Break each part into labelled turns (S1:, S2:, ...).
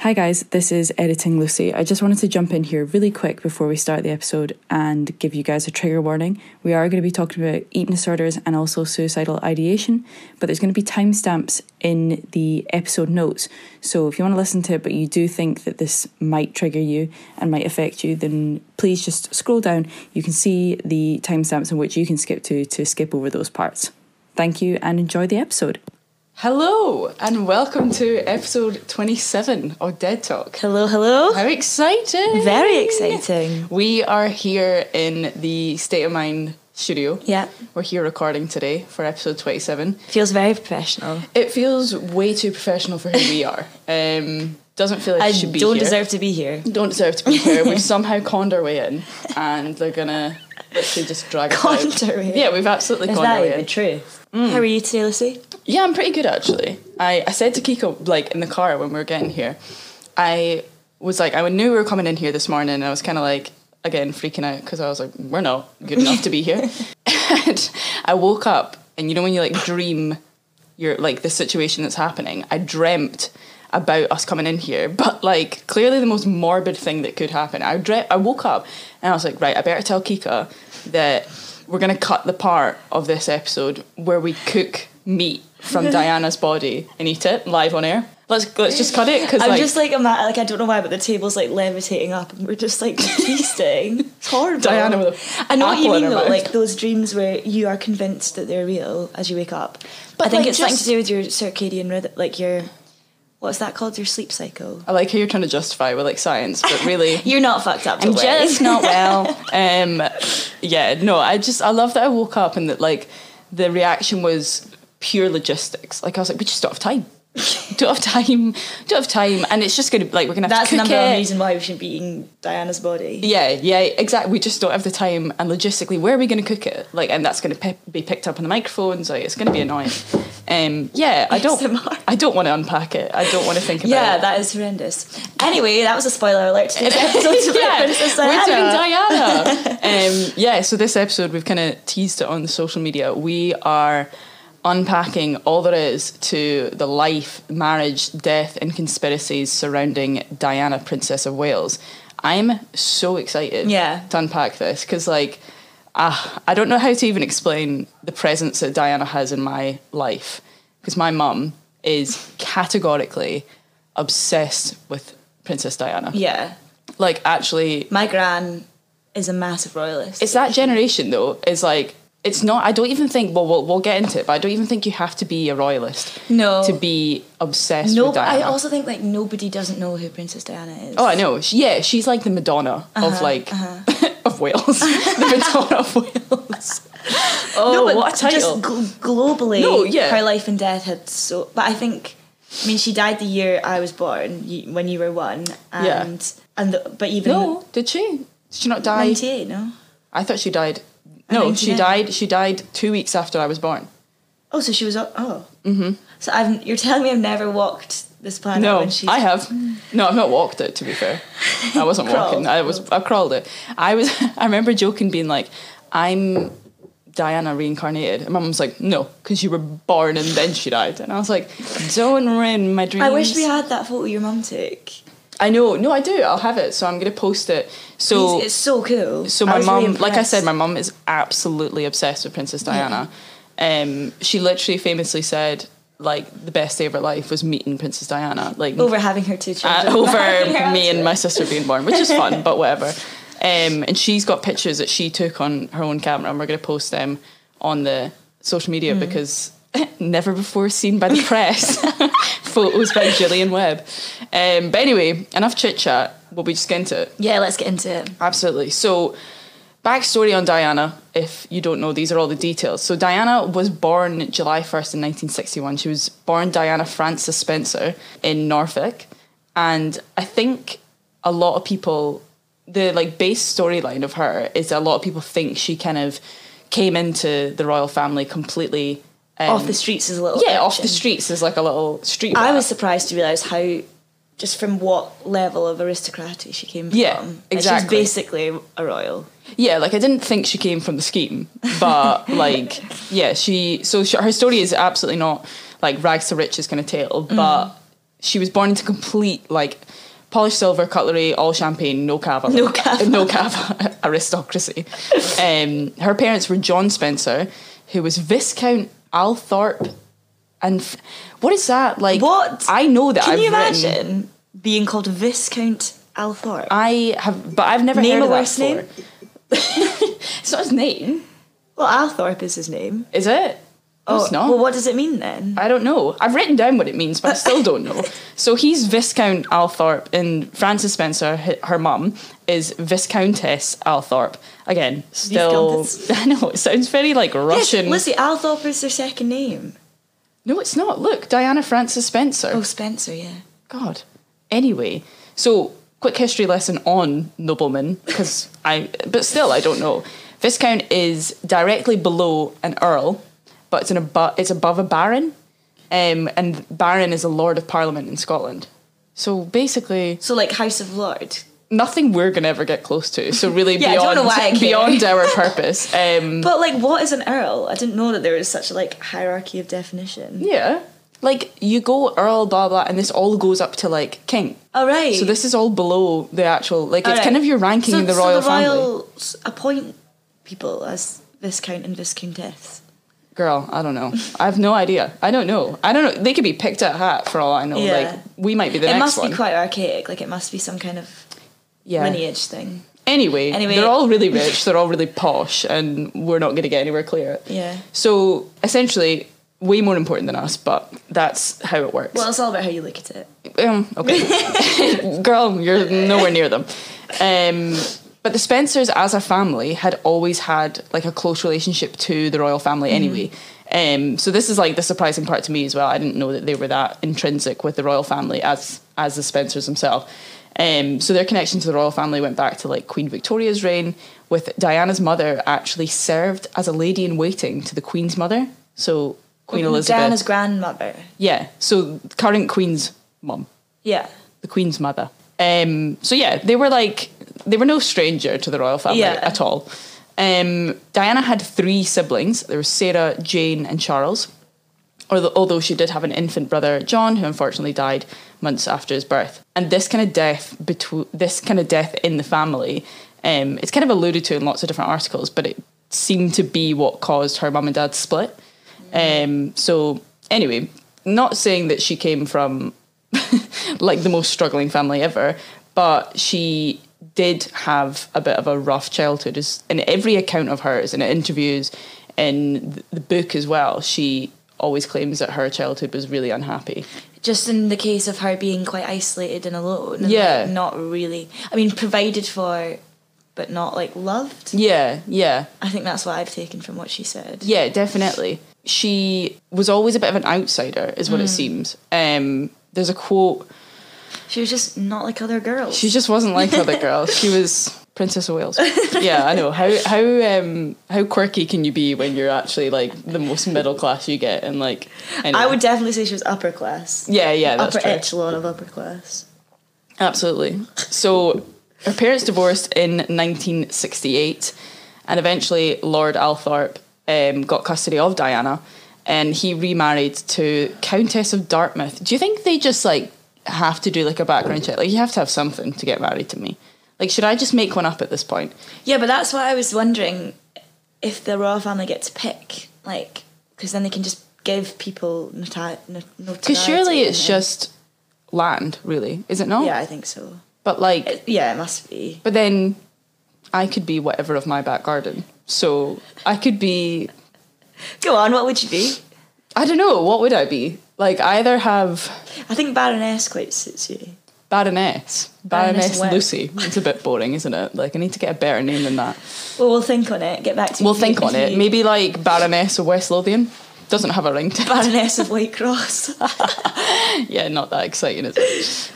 S1: Hi, guys, this is Editing Lucy. I just wanted to jump in here really quick before we start the episode and give you guys a trigger warning. We are going to be talking about eating disorders and also suicidal ideation, but there's going to be timestamps in the episode notes. So if you want to listen to it, but you do think that this might trigger you and might affect you, then please just scroll down. You can see the timestamps in which you can skip to to skip over those parts. Thank you and enjoy the episode.
S2: Hello and welcome to episode 27 of Dead Talk.
S3: Hello, hello.
S2: How exciting!
S3: Very exciting.
S2: We are here in the State of Mind studio.
S3: Yeah.
S2: We're here recording today for episode 27.
S3: Feels very professional.
S2: It feels way too professional for who we are. Um, doesn't feel like
S3: I
S2: it should
S3: don't
S2: be here.
S3: deserve to be here.
S2: don't deserve to be here. We've somehow conned our way in and they're gonna literally just drag us out.
S3: Conned our way in.
S2: Yeah, we've absolutely
S3: Is
S2: conned
S3: that
S2: our way in.
S3: even true?
S2: Mm.
S3: How are you today, Lucy?
S2: Yeah, I'm pretty good actually. I, I said to Kiko, like in the car when we were getting here, I was like, I knew we were coming in here this morning, and I was kind of like, again, freaking out because I was like, we're not good enough to be here. and I woke up, and you know, when you like dream your like the situation that's happening, I dreamt about us coming in here, but like clearly the most morbid thing that could happen. I dreamt, I woke up, and I was like, right, I better tell Kika that we're gonna cut the part of this episode where we cook meat from Diana's body and eat it live on air. Let's let's just cut it because
S3: I'm
S2: like,
S3: just like, I'm like, I don't know why, but the table's like levitating up and we're just like feasting. It's horrible.
S2: Diana with a
S3: I know what you
S2: apple in
S3: mean
S2: her
S3: though,
S2: mouth.
S3: like those dreams where you are convinced that they're real as you wake up. But I think
S2: like,
S3: it's something
S2: just-
S3: to do with your circadian rhythm, like your, what's that called? Your sleep cycle.
S2: I like how you're trying to justify with like science, but really.
S3: You're not fucked up. don't worry.
S2: just not well. Um, yeah, no, I just I love that I woke up and that like the reaction was pure logistics. Like I was like, we just don't have time. don't have time. Don't have time. And it's just gonna like we're gonna have
S3: That's
S2: to cook
S3: number
S2: it.
S3: one reason why we shouldn't be eating Diana's body.
S2: Yeah, yeah, exactly. We just don't have the time, and logistically, where are we going to cook it? Like, and that's going to pe- be picked up on the microphones. Like, it's going to be annoying. Um, yeah, I don't.
S3: ASMR.
S2: I don't want to unpack it. I don't want to think about
S3: Yeah,
S2: it.
S3: that is horrendous. Anyway, that was a spoiler alert to this episode. yeah, Princess
S2: we're doing
S3: Diana.
S2: Diana. um, yeah, so this episode we've kind of teased it on the social media. We are unpacking all there is to the life, marriage, death, and conspiracies surrounding Diana, Princess of Wales. I'm so excited
S3: Yeah.
S2: to unpack this because, like, ah, I don't know how to even explain the presence that Diana has in my life because my mum is categorically obsessed with Princess Diana
S3: yeah,
S2: like actually
S3: my gran is a massive royalist.
S2: it's that generation though is like it's not i don't even think well, we'll we'll get into it but i don't even think you have to be a royalist
S3: No.
S2: to be obsessed
S3: no,
S2: with
S3: but I
S2: Diana.
S3: also think like nobody doesn't know who Princess Diana is.
S2: oh i know She- yeah she's like the madonna
S3: Uh-huh,
S2: of like of wales the madonna of wales oh
S3: but
S2: what a title
S3: Just gl- globally,
S2: No, yeah.
S3: her life and death had so. But I think, I mean, she died the year I was born, you, when you were one, and
S2: Yeah.
S3: and the, but even
S2: no did she did she not die
S3: ninety eight, no.
S2: i thought she died no she
S3: 99.
S2: died she died two weeks after i was born
S3: Oh, so she was. Oh, mm-hmm. so I've. You're telling me I've never walked this planet
S2: No,
S3: when she's
S2: I have. No, I've not walked it. To be fair, I wasn't
S3: Crawled.
S2: walking. I was. I crawled it. I was. I remember joking, being like, "I'm Diana reincarnated," and my mum's like, "No, because you were born and then she died." And I was like, "Don't ruin my dreams."
S3: I wish we had that photo your mum took.
S2: I know. No, I do. I'll have it. So I'm gonna post it. So
S3: it's, it's so cool.
S2: so
S3: I
S2: my
S3: was really
S2: mum, like I said,
S3: impressed.
S2: my mum is absolutely obsessed with Princess Diana. Um, she literally famously said, like, the best day of her life was meeting Princess Diana. Like
S3: over having her two
S2: uh,
S3: children,
S2: over me and my sister being born, which is fun, but whatever. Um, and she's got pictures that she took on her own camera, and we're going to post them on the social media because never before seen by the press. Photos by Gillian Webb. Um, but anyway, enough chit chat. We'll be just get into it.
S3: Yeah, let's get into it.
S2: Absolutely. So, backstory on Diana, if you don't know, these are all the details. So, Diana was born July 1st in 1961. She was born Diana Frances Spencer in Norfolk. And I think a lot of people, the like base storyline of her is that a lot of people think she kind of came into the royal family completely. um,
S3: off the streets is a little
S2: yeah, off the
S3: urchin.
S2: streets as like a little street.
S3: I
S2: rat.
S3: was surprised to realize how just from what level of aristocracy she came
S2: Yeah,
S3: from. Like,
S2: exactly.
S3: She's basically a royal.
S2: yeah, like I didn't think she came from the scheme, but like,
S3: Mm.
S2: yeah, she. So she, her story is absolutely not like rags to riches kind of tale, but she was born into complete like polished silver cutlery, all champagne, no cava,
S3: No cava.
S2: no cava aristocracy. Um, her parents were John Spencer, who was Viscount Althorp, and f- what is that like?
S3: What?
S2: I know that.
S3: Can
S2: I've
S3: you
S2: written-
S3: imagine being called Viscount Althorpe?
S2: I have, but I've never heard
S3: Name a
S2: of that
S3: worse name.
S2: before. it's not his name,
S3: well, Althorpe is his name.
S2: is it? Oh, it's not.
S3: Well, what does it mean then?
S2: I don't know. I've written down what it means, but I still don't know. So he's Viscount Althorp, and Frances Spencer, h- her mum, is Viscountess Althorp. Again, still.
S3: Viscountess.
S2: I know, it sounds very like Russian.
S3: Yes, Lizzie Althorpe is their second name.
S2: no, it's not. Look, Diana Frances Spencer.
S3: Oh, Spencer, yeah.
S2: God. Anyway, so quick history lesson on noblemen because I, but still I don't know. Viscount is directly below an earl, but it's an above it's above a baron, um, and baron is a lord of parliament in Scotland. So basically,
S3: So like House of Lord.
S2: nothing we're gonna ever get close to. So really,
S3: Yeah, I
S2: beyond
S3: don't know why I care.
S2: beyond our purpose. Um,
S3: But like, what is an earl? I didn't know that there was such a like hierarchy of definition.
S2: yeah, like you go earl, blah blah, and this all goes up to like king.
S3: All right.
S2: So this is all below the actual like it's
S3: All right.
S2: kind of your ranking
S3: So-
S2: in the
S3: so
S2: royal family.
S3: royals appoint people as viscount and viscountess.
S2: Girl, I don't know. I have no idea. I don't know. I don't know. They could be picked at hat for all I know.
S3: Yeah.
S2: Like we might be the
S3: it
S2: next
S3: must
S2: one.
S3: be quite archaic. Like it must be some kind of
S2: yeah.
S3: lineage thing.
S2: Anyway,
S3: Anyway.
S2: they're all really rich. They're all really posh, and we're not going to get anywhere clear.
S3: Yeah.
S2: So essentially, way more important than us, but that's how it works.
S3: Well, it's all about how you look at it.
S2: um, okay, girl, you're nowhere near them. Um, but the Spencers, as a family, had always had like a close relationship to the royal family anyway. Um, so this is like the surprising part to me as well. I didn't know that they were that intrinsic with the royal family as as the Spencers themselves. Um, so their connection to the royal family went back to like Queen Victoria's reign, with Diana's mother actually served as a lady in waiting to the Queen's mother. So Queen Elizabeth,
S3: Oh, Diana's grandmother.
S2: yeah. So current Queen's mum
S3: Yeah.
S2: the Queen's mother. Um, so yeah, they were like they were no stranger to the royal family
S3: Yeah.
S2: at all. Um, Diana had three siblings. There was Sarah, Jane, and Charles. Although, although she did have an infant brother, John, who unfortunately died months after his birth. And this kind of death between this kind of death in the family, um, it's kind of alluded to in lots of different articles, but it seemed to be what caused her mum and dad's split. Um, so anyway, not saying that she came from like the most struggling family ever, but she did have a bit of a rough childhood. Is in every account of hers, in interviews, in th- the book as well, she always claims that her childhood was really unhappy.
S3: Just in the case of her being quite isolated and alone. And
S2: Yeah.
S3: Like not really. I mean, provided for, but not like loved.
S2: Yeah, yeah.
S3: I think that's what I've taken from what she said.
S2: Yeah, definitely. She was always a bit of an outsider, is what it seems. Um, there's a quote.
S3: She was just not like other girls.
S2: She just wasn't like other girls. She was Princess of Wales. Yeah, I know. How how um how quirky can you be when you're actually like the most middle class you get and like anyway.
S3: I would definitely say she was upper class.
S2: Yeah, yeah, that's
S3: upper
S2: true.
S3: echelon of upper class.
S2: Absolutely. So her parents divorced in 1968, and eventually Lord Althorp um, got custody of Diana, and he remarried to Countess of Dartmouth. Do you think they just like have to do like a background check? Like you have to have something to get married to me. Like should I just make one up at this point?
S3: Yeah, but that's why I was wondering if the royal family get to pick, like, because then they can just give people nota- no- notoriety.
S2: Because surely it's
S3: and-
S2: just land, really, is it not?
S3: Yeah, I think so.
S2: But like,
S3: It- yeah, it must be.
S2: but then I could be whatever of my back garden. So I could be
S3: Go on, what would you be?
S2: I don't know. What would I be? Like, I either have
S3: I think Baroness quite suits you.
S2: Baroness,
S3: Baroness
S2: Baroness,
S3: what?
S2: Lucy. It's a bit boring, isn't it? Like, I need to get a better name than that.
S3: Well, we'll think on it. Get back to me.
S2: We'll
S3: if
S2: think
S3: you-
S2: on
S3: if
S2: it.
S3: you-
S2: Maybe like Baroness of West Lothian. Doesn't have a ring to it.
S3: Baroness of White Cross.
S2: Yeah, not that exciting, is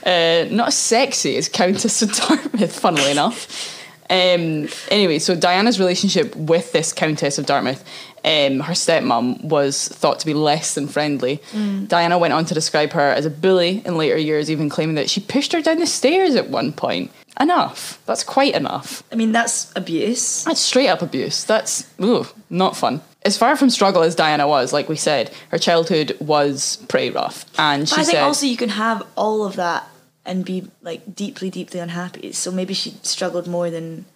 S2: it? Uh, not as sexy as Countess of Dartmouth, funnily enough. Um, anyway, so Diana's relationship with this Countess of Dartmouth, um, her stepmom, was thought to be less than friendly.
S3: Mm.
S2: Diana went on to describe her as a bully in later years, even claiming that she pushed her down the stairs at one point. Enough. That's quite enough.
S3: I mean, that's abuse.
S2: That's straight up abuse. That's ooh, not fun. as far from struggle as Diana was, like we said, her childhood was pretty rough, and she
S3: But I think
S2: said
S3: also you can have all of that and be like deeply, deeply unhappy. So maybe she struggled more than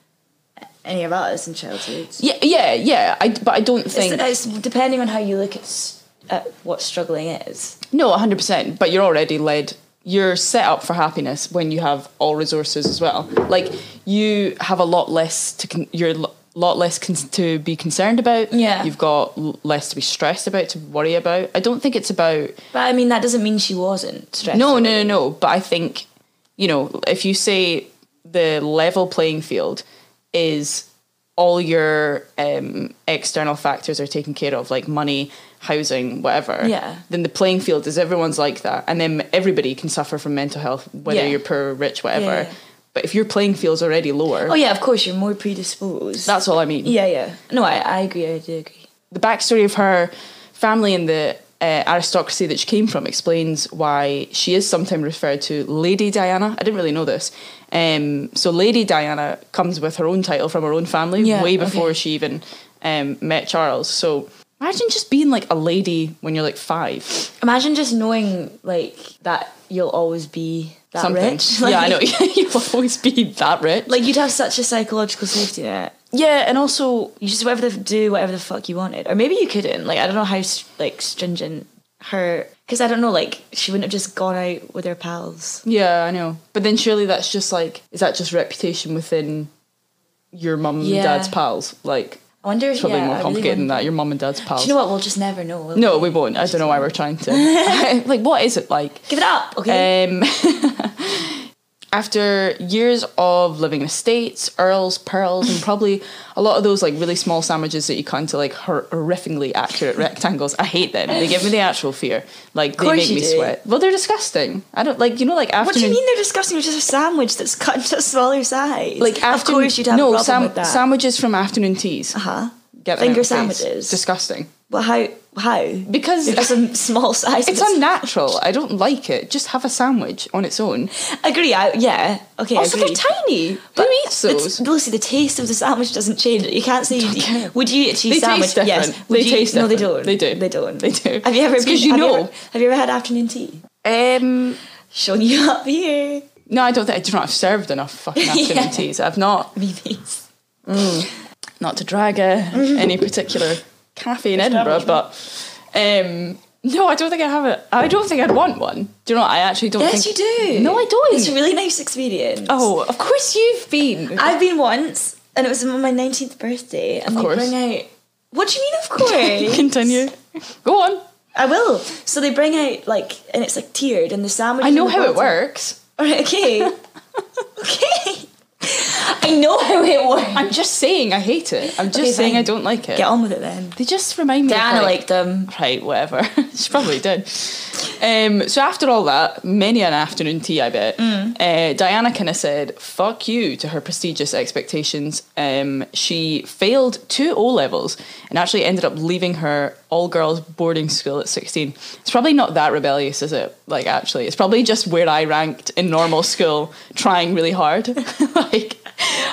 S3: any of us in childhood.
S2: yeah, yeah, yeah. I but I don't think
S3: It's, it's depending on how you look at, s- at what struggling is.
S2: No, 100%. But you're already led, you're set up for happiness when you have all resources as well. Like, you have a lot less to, con- you're a lot less con- to be concerned about.
S3: Yeah.
S2: You've got l- less to be stressed about, to worry about. I don't think it's about,
S3: But I mean, that doesn't mean she wasn't stressed.
S2: no, no, no, no. But I think, you know, if you say the level playing field is all your um, external factors are taken care of, like money, housing, whatever.
S3: Yeah.
S2: Then the playing field is everyone's like that, and then everybody can suffer from mental health, whether
S3: Yeah.
S2: you're poor, rich, whatever.
S3: Yeah, yeah.
S2: But if your playing field's already lower,
S3: Oh yeah, of course you're more predisposed.
S2: that's all I mean.
S3: yeah, yeah. No, I, I agree. I do agree.
S2: the backstory of her family and the uh, aristocracy that she came from explains why she is sometimes referred to Lady Diana. I didn't really know this. Um, so Lady Diana comes with her own title from her own family
S3: Yeah,
S2: way
S3: okay.
S2: before she even um, met Charles. So imagine just being like a lady when you're like five.
S3: Imagine just knowing like that you'll always be that
S2: something.
S3: rich.
S2: yeah, I know. You'll always be that rich.
S3: Like you'd have such a psychological safety net.
S2: yeah, and also
S3: You just whatever the, do whatever the fuck you wanted, or maybe you couldn't. Like I don't know how s- like stringent her because I don't know. Like she wouldn't have just gone out with her pals.
S2: Yeah, I know. But then surely that's just like, is that just reputation within your mum and
S3: Yeah.
S2: dad's pals? Like,
S3: I wonder.
S2: it's probably
S3: yeah, I
S2: more
S3: really
S2: complicated than
S3: wonder.
S2: that. Your mum and dad's pals.
S3: Do you know what? We'll just never know. will
S2: No,
S3: we?
S2: we won't. I don't know why we're trying to. like, what is it like?
S3: Give it up, okay?
S2: Um, after years of living in estates, earls, pearls, and probably a lot of those like really small sandwiches that you cut into like hor- horrifically accurate rectangles. I hate them. They give me the actual fear. Like they
S3: course
S2: make
S3: you
S2: me
S3: do.
S2: sweat. Well, they're disgusting. I don't like you know like afternoon.
S3: what do you mean they're disgusting? It's just a sandwich that's cut into a smaller size.
S2: like after
S3: of course you'd have
S2: no
S3: a problem
S2: sam-
S3: with that.
S2: sandwiches from afternoon teas.
S3: huh?
S2: Get them
S3: Finger
S2: out of my face.
S3: sandwiches.
S2: Disgusting.
S3: Well, how? How?
S2: Because-
S3: They're just a small size.
S2: It's unnatural. I don't like it. Just have a sandwich on its own.
S3: Agree. I, yeah. Okay.
S2: Also, they're
S3: agreed.
S2: tiny. Who eats
S3: the t-
S2: those?
S3: Lucy, the taste of the sandwich doesn't change. You can't say. You'd, eat- would you eat a cheese
S2: They
S3: sandwich?
S2: taste
S3: Yes.
S2: different.
S3: Would
S2: They
S3: you,
S2: taste
S3: No, they don't.
S2: different. They do.
S3: They don't.
S2: They do.
S3: Have you ever?
S2: It's 'cause
S3: been-
S2: you
S3: have
S2: know.
S3: ever- have you ever had afternoon tea?
S2: Um,
S3: Showing you up here.
S2: no, I don't think. I do not. I've served enough fucking afternoon
S3: Yeah.
S2: teas. I've not.
S3: Babies.
S2: Not to drag uh, any particular cafe in Edinburgh, but um, no, I don't think I have it. I don't think I'd want one. Do you know? What? I actually don't.
S3: Yes, you
S2: think-
S3: do.
S2: No, I don't.
S3: It's a really nice experience.
S2: Oh, of course you've been.
S3: I've been once, and it was on my nineteenth birthday, and
S2: Of course.
S3: they bring out. What do you mean? Of course.
S2: Continue. Go on.
S3: I will. So they bring out like, and it's like tiered, and the sandwich.
S2: I know
S3: and the
S2: how it
S3: bottom-
S2: works.
S3: Alright, okay. okay. I know how it works.
S2: I'm just saying I hate it. I'm just
S3: Okay,
S2: saying I
S3: fine.
S2: don't like it.
S3: Get on with it then.
S2: They just remind me. of,
S3: Diana
S2: like,
S3: liked them.
S2: right, whatever. she probably did. Um, so after all that, many an afternoon tea, I bet. Uh, Diana kind of said "fuck you" to her prestigious expectations. Um, she failed two O levels and actually ended up leaving her all girls boarding school at sixteen. It's probably not that rebellious, is it? Like, actually, it's probably just where I ranked in normal school, trying really hard. like,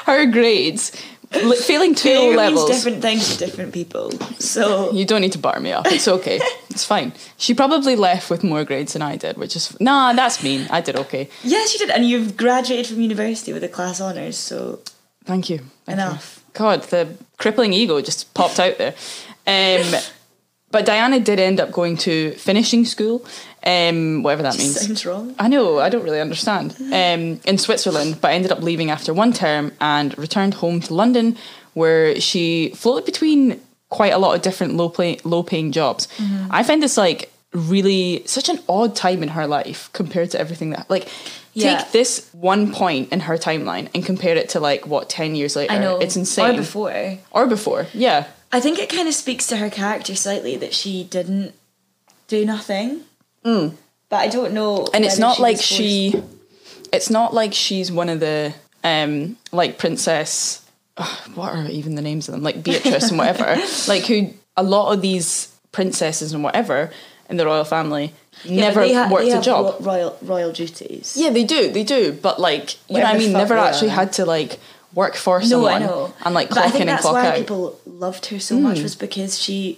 S2: her grades, li- failing two O
S3: It means
S2: levels.
S3: different things to different people. So
S2: You don't need to bar me up. It's okay. it's fine. She probably left with more grades than I did, which is nah. That's mean. I did okay.
S3: yes, you did, and you've graduated from university with a class honors. So
S2: Thank you. Thank you.
S3: Enough.
S2: God, the crippling ego just popped out there. Um, but Diana did end up going to finishing school, um, whatever that means.
S3: sounds wrong.
S2: I know, I don't really understand. Um, in Switzerland, but ended up leaving after one term and returned home to London, where she floated between quite a lot of different low play, low paying jobs.
S3: Mm-hmm.
S2: I find this like really such an odd time in her life compared to everything that like
S3: Yeah.
S2: take this one point in her timeline and compare it to like what 10 years later
S3: I know
S2: it's insane
S3: Or before.
S2: Or before, yeah
S3: I think it kind of speaks to her character slightly that she didn't do nothing. But I don't know.
S2: Mm. and it's
S3: whether
S2: not
S3: she
S2: like
S3: was forced-
S2: she it's not like she's one of the um like princess ugh, what are even the names of them like beatrice and whatever like who a lot of these princesses and whatever in the royal family
S3: Yeah, but
S2: never
S3: they ha-
S2: worked
S3: they
S2: a
S3: have
S2: job
S3: ro- royal royal duties.
S2: yeah they do they do but like you know what
S3: Whatever
S2: i
S3: the
S2: mean
S3: fuck
S2: never
S3: they
S2: actually
S3: are.
S2: had to like work for
S3: No,
S2: someone
S3: I know.
S2: and like
S3: But I
S2: clock
S3: think
S2: in and
S3: that's
S2: clock
S3: why
S2: out. Hmm.
S3: people loved her so much was because she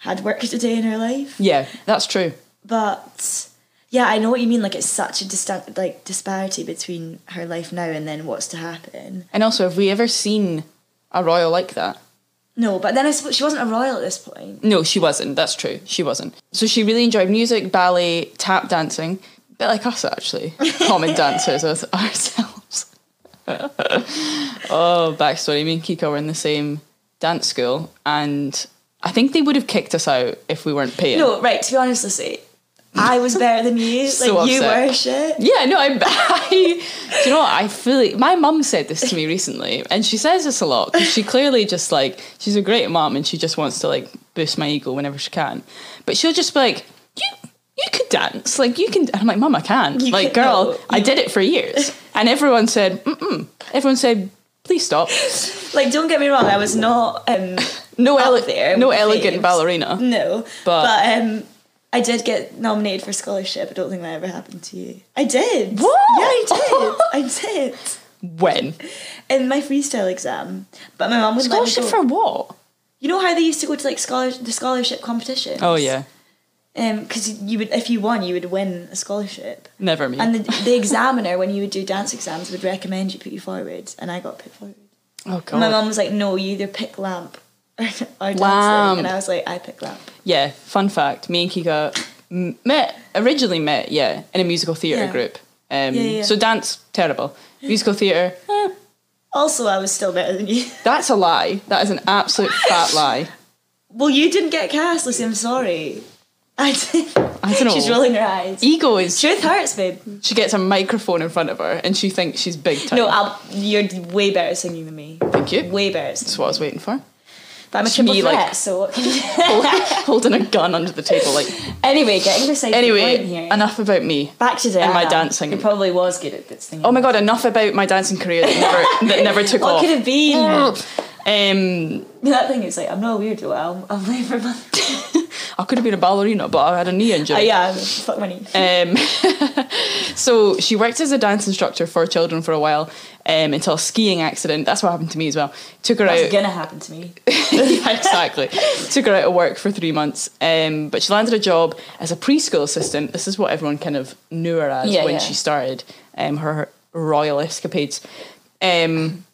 S3: had worked a day in her life.
S2: yeah, that's true.
S3: But yeah, I know what you mean. Like it's such a distant like disparity between her life now and then what's to happen.
S2: And also, have we ever seen a royal like that?
S3: No, but then I suppose she wasn't a royal at this point.
S2: No, she wasn't. That's true. She wasn't. So she really enjoyed music, ballet, tap dancing, a bit like us actually, common dancers as ourselves. oh, backstory. Me and Kiko were in the same dance school, and I think they would have kicked us out if we weren't paying.
S3: No, right. To be honest, Lucy, I was better than you.
S2: So
S3: like you
S2: upset.
S3: were shit.
S2: Yeah, no, I, I do you know what I feel like my mum said this to me recently, and she says this a lot 'cause she clearly just like she's a great mum and she just wants to like boost my ego whenever she can, but she'll just be like, "You, you could dance, like you can." And I'm like, "Mum, I can."
S3: You
S2: like,
S3: can-
S2: girl,
S3: no,
S2: I did it for years, and everyone said, "Mm-mm." Everyone said, "Please stop."
S3: Like don't get me wrong, I was not um
S2: No,
S3: up
S2: ele-
S3: there
S2: no
S3: with
S2: elegant
S3: faves.
S2: ballerina.
S3: No,
S2: But-
S3: but, um, I did get nominated for scholarship. I don't think that ever happened to you. I did.
S2: What?
S3: Yeah, I did. I did. Mm.
S2: When
S3: In my freestyle exam, but my mum was
S2: scholarship
S3: like,
S2: for what?
S3: You know how they used to go to like scholar the scholarship competition.
S2: Oh yeah,
S3: because Um, you would if you won, you would win a scholarship.
S2: never me.
S3: And the, the examiner, when you would do dance exams, would recommend you put you forward, and I got put forward.
S2: oh god,
S3: And my mum was like, "No, you either pick lamp or, or
S2: Lamp.
S3: dancing," and I was like, "I pick lamp."
S2: Yeah, fun fact. Me and Kika m- met originally met yeah in a musical theatre
S3: Yeah.
S2: group. Um,
S3: Yeah, yeah.
S2: So dance terrible, musical theatre. eh,
S3: Also, I was still better than you.
S2: that's a lie. That is an absolute fat lie.
S3: Well, you didn't get cast, Lucy. I'm sorry. I did.
S2: I don't know.
S3: She's rolling her eyes.
S2: Ego is.
S3: Truth hurts, babe.
S2: She gets a microphone in front of her and she thinks she's big time.
S3: No, I'll, you're way better at singing than me.
S2: thank you.
S3: Way better. At singing.
S2: That's what I was waiting for.
S3: But I'm a
S2: It's
S3: triple
S2: me,
S3: threat,
S2: like-
S3: so what can you do?
S2: Holding a gun under the table, like.
S3: Anyway, getting beside the point
S2: Anyway,
S3: here.
S2: enough about me.
S3: Back to Diana.
S2: and my dancing.
S3: Who probably was good at this thing.
S2: Oh my god, enough about my dancing career that never that never took
S3: what
S2: off.
S3: could it be?
S2: um,
S3: that thing is like, I'm not a weirdo. I'm, I'm late for money.
S2: I could have been a ballerina, but I had a knee injury.
S3: Oh yeah, fuck money.
S2: Um, so she worked as a dance instructor for children for a while um, until a skiing accident. That's what happened to me as well. Took her
S3: That's
S2: out.
S3: gonna happen to me.
S2: Yeah, exactly. Took her out of work for three months, um, but she landed a job as a preschool assistant. This is what everyone kind of knew her as
S3: Yeah,
S2: when
S3: yeah.
S2: she started um, her royal escapades. Um,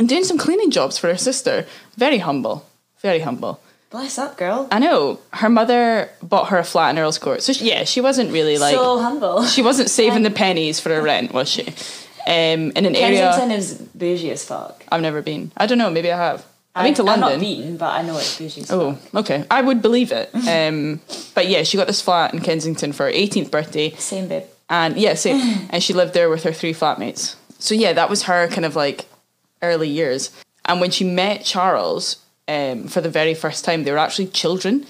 S2: and doing some cleaning jobs for her sister. Very humble. Very humble.
S3: Bless up, girl.
S2: I know. Her mother bought her a flat in Earl's Court. So, she, yeah, she wasn't really like
S3: so humble.
S2: she wasn't saving the pennies for her rent, was she? Um, in an
S3: Kensington
S2: area
S3: is bougie as fuck.
S2: I've never been. I don't know. Maybe I have. I've been to
S3: I- I'm not
S2: London.
S3: beaten, but I know it's bougie. as
S2: Oh, okay. I would believe it. Um, but yeah, she got this flat in Kensington for her 18th birthday,
S3: Same babe.
S2: and yeah, same. and she lived there with her three flatmates. So yeah, that was her kind of like early years. And when she met Charles um, for the very first time, they were actually children.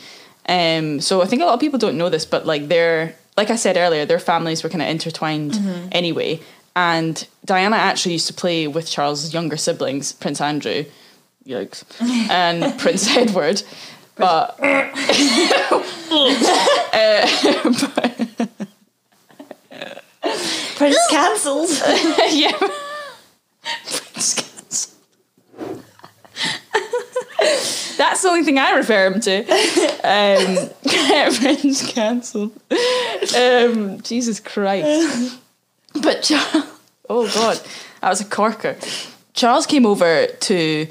S2: Um, so I think a lot of people don't know this, but like their, like I said earlier, their families were kind of intertwined anyway. And Diana actually used to play with Charles's younger siblings, Prince Andrew, yikes, and Prince Edward. But
S3: Prince cancelled.
S2: yeah. Prince Cancel. That's the only thing I refer him to. Um, Prince Cancel. Um, Jesus Christ. But Charles, oh God, that was a corker. Charles came over to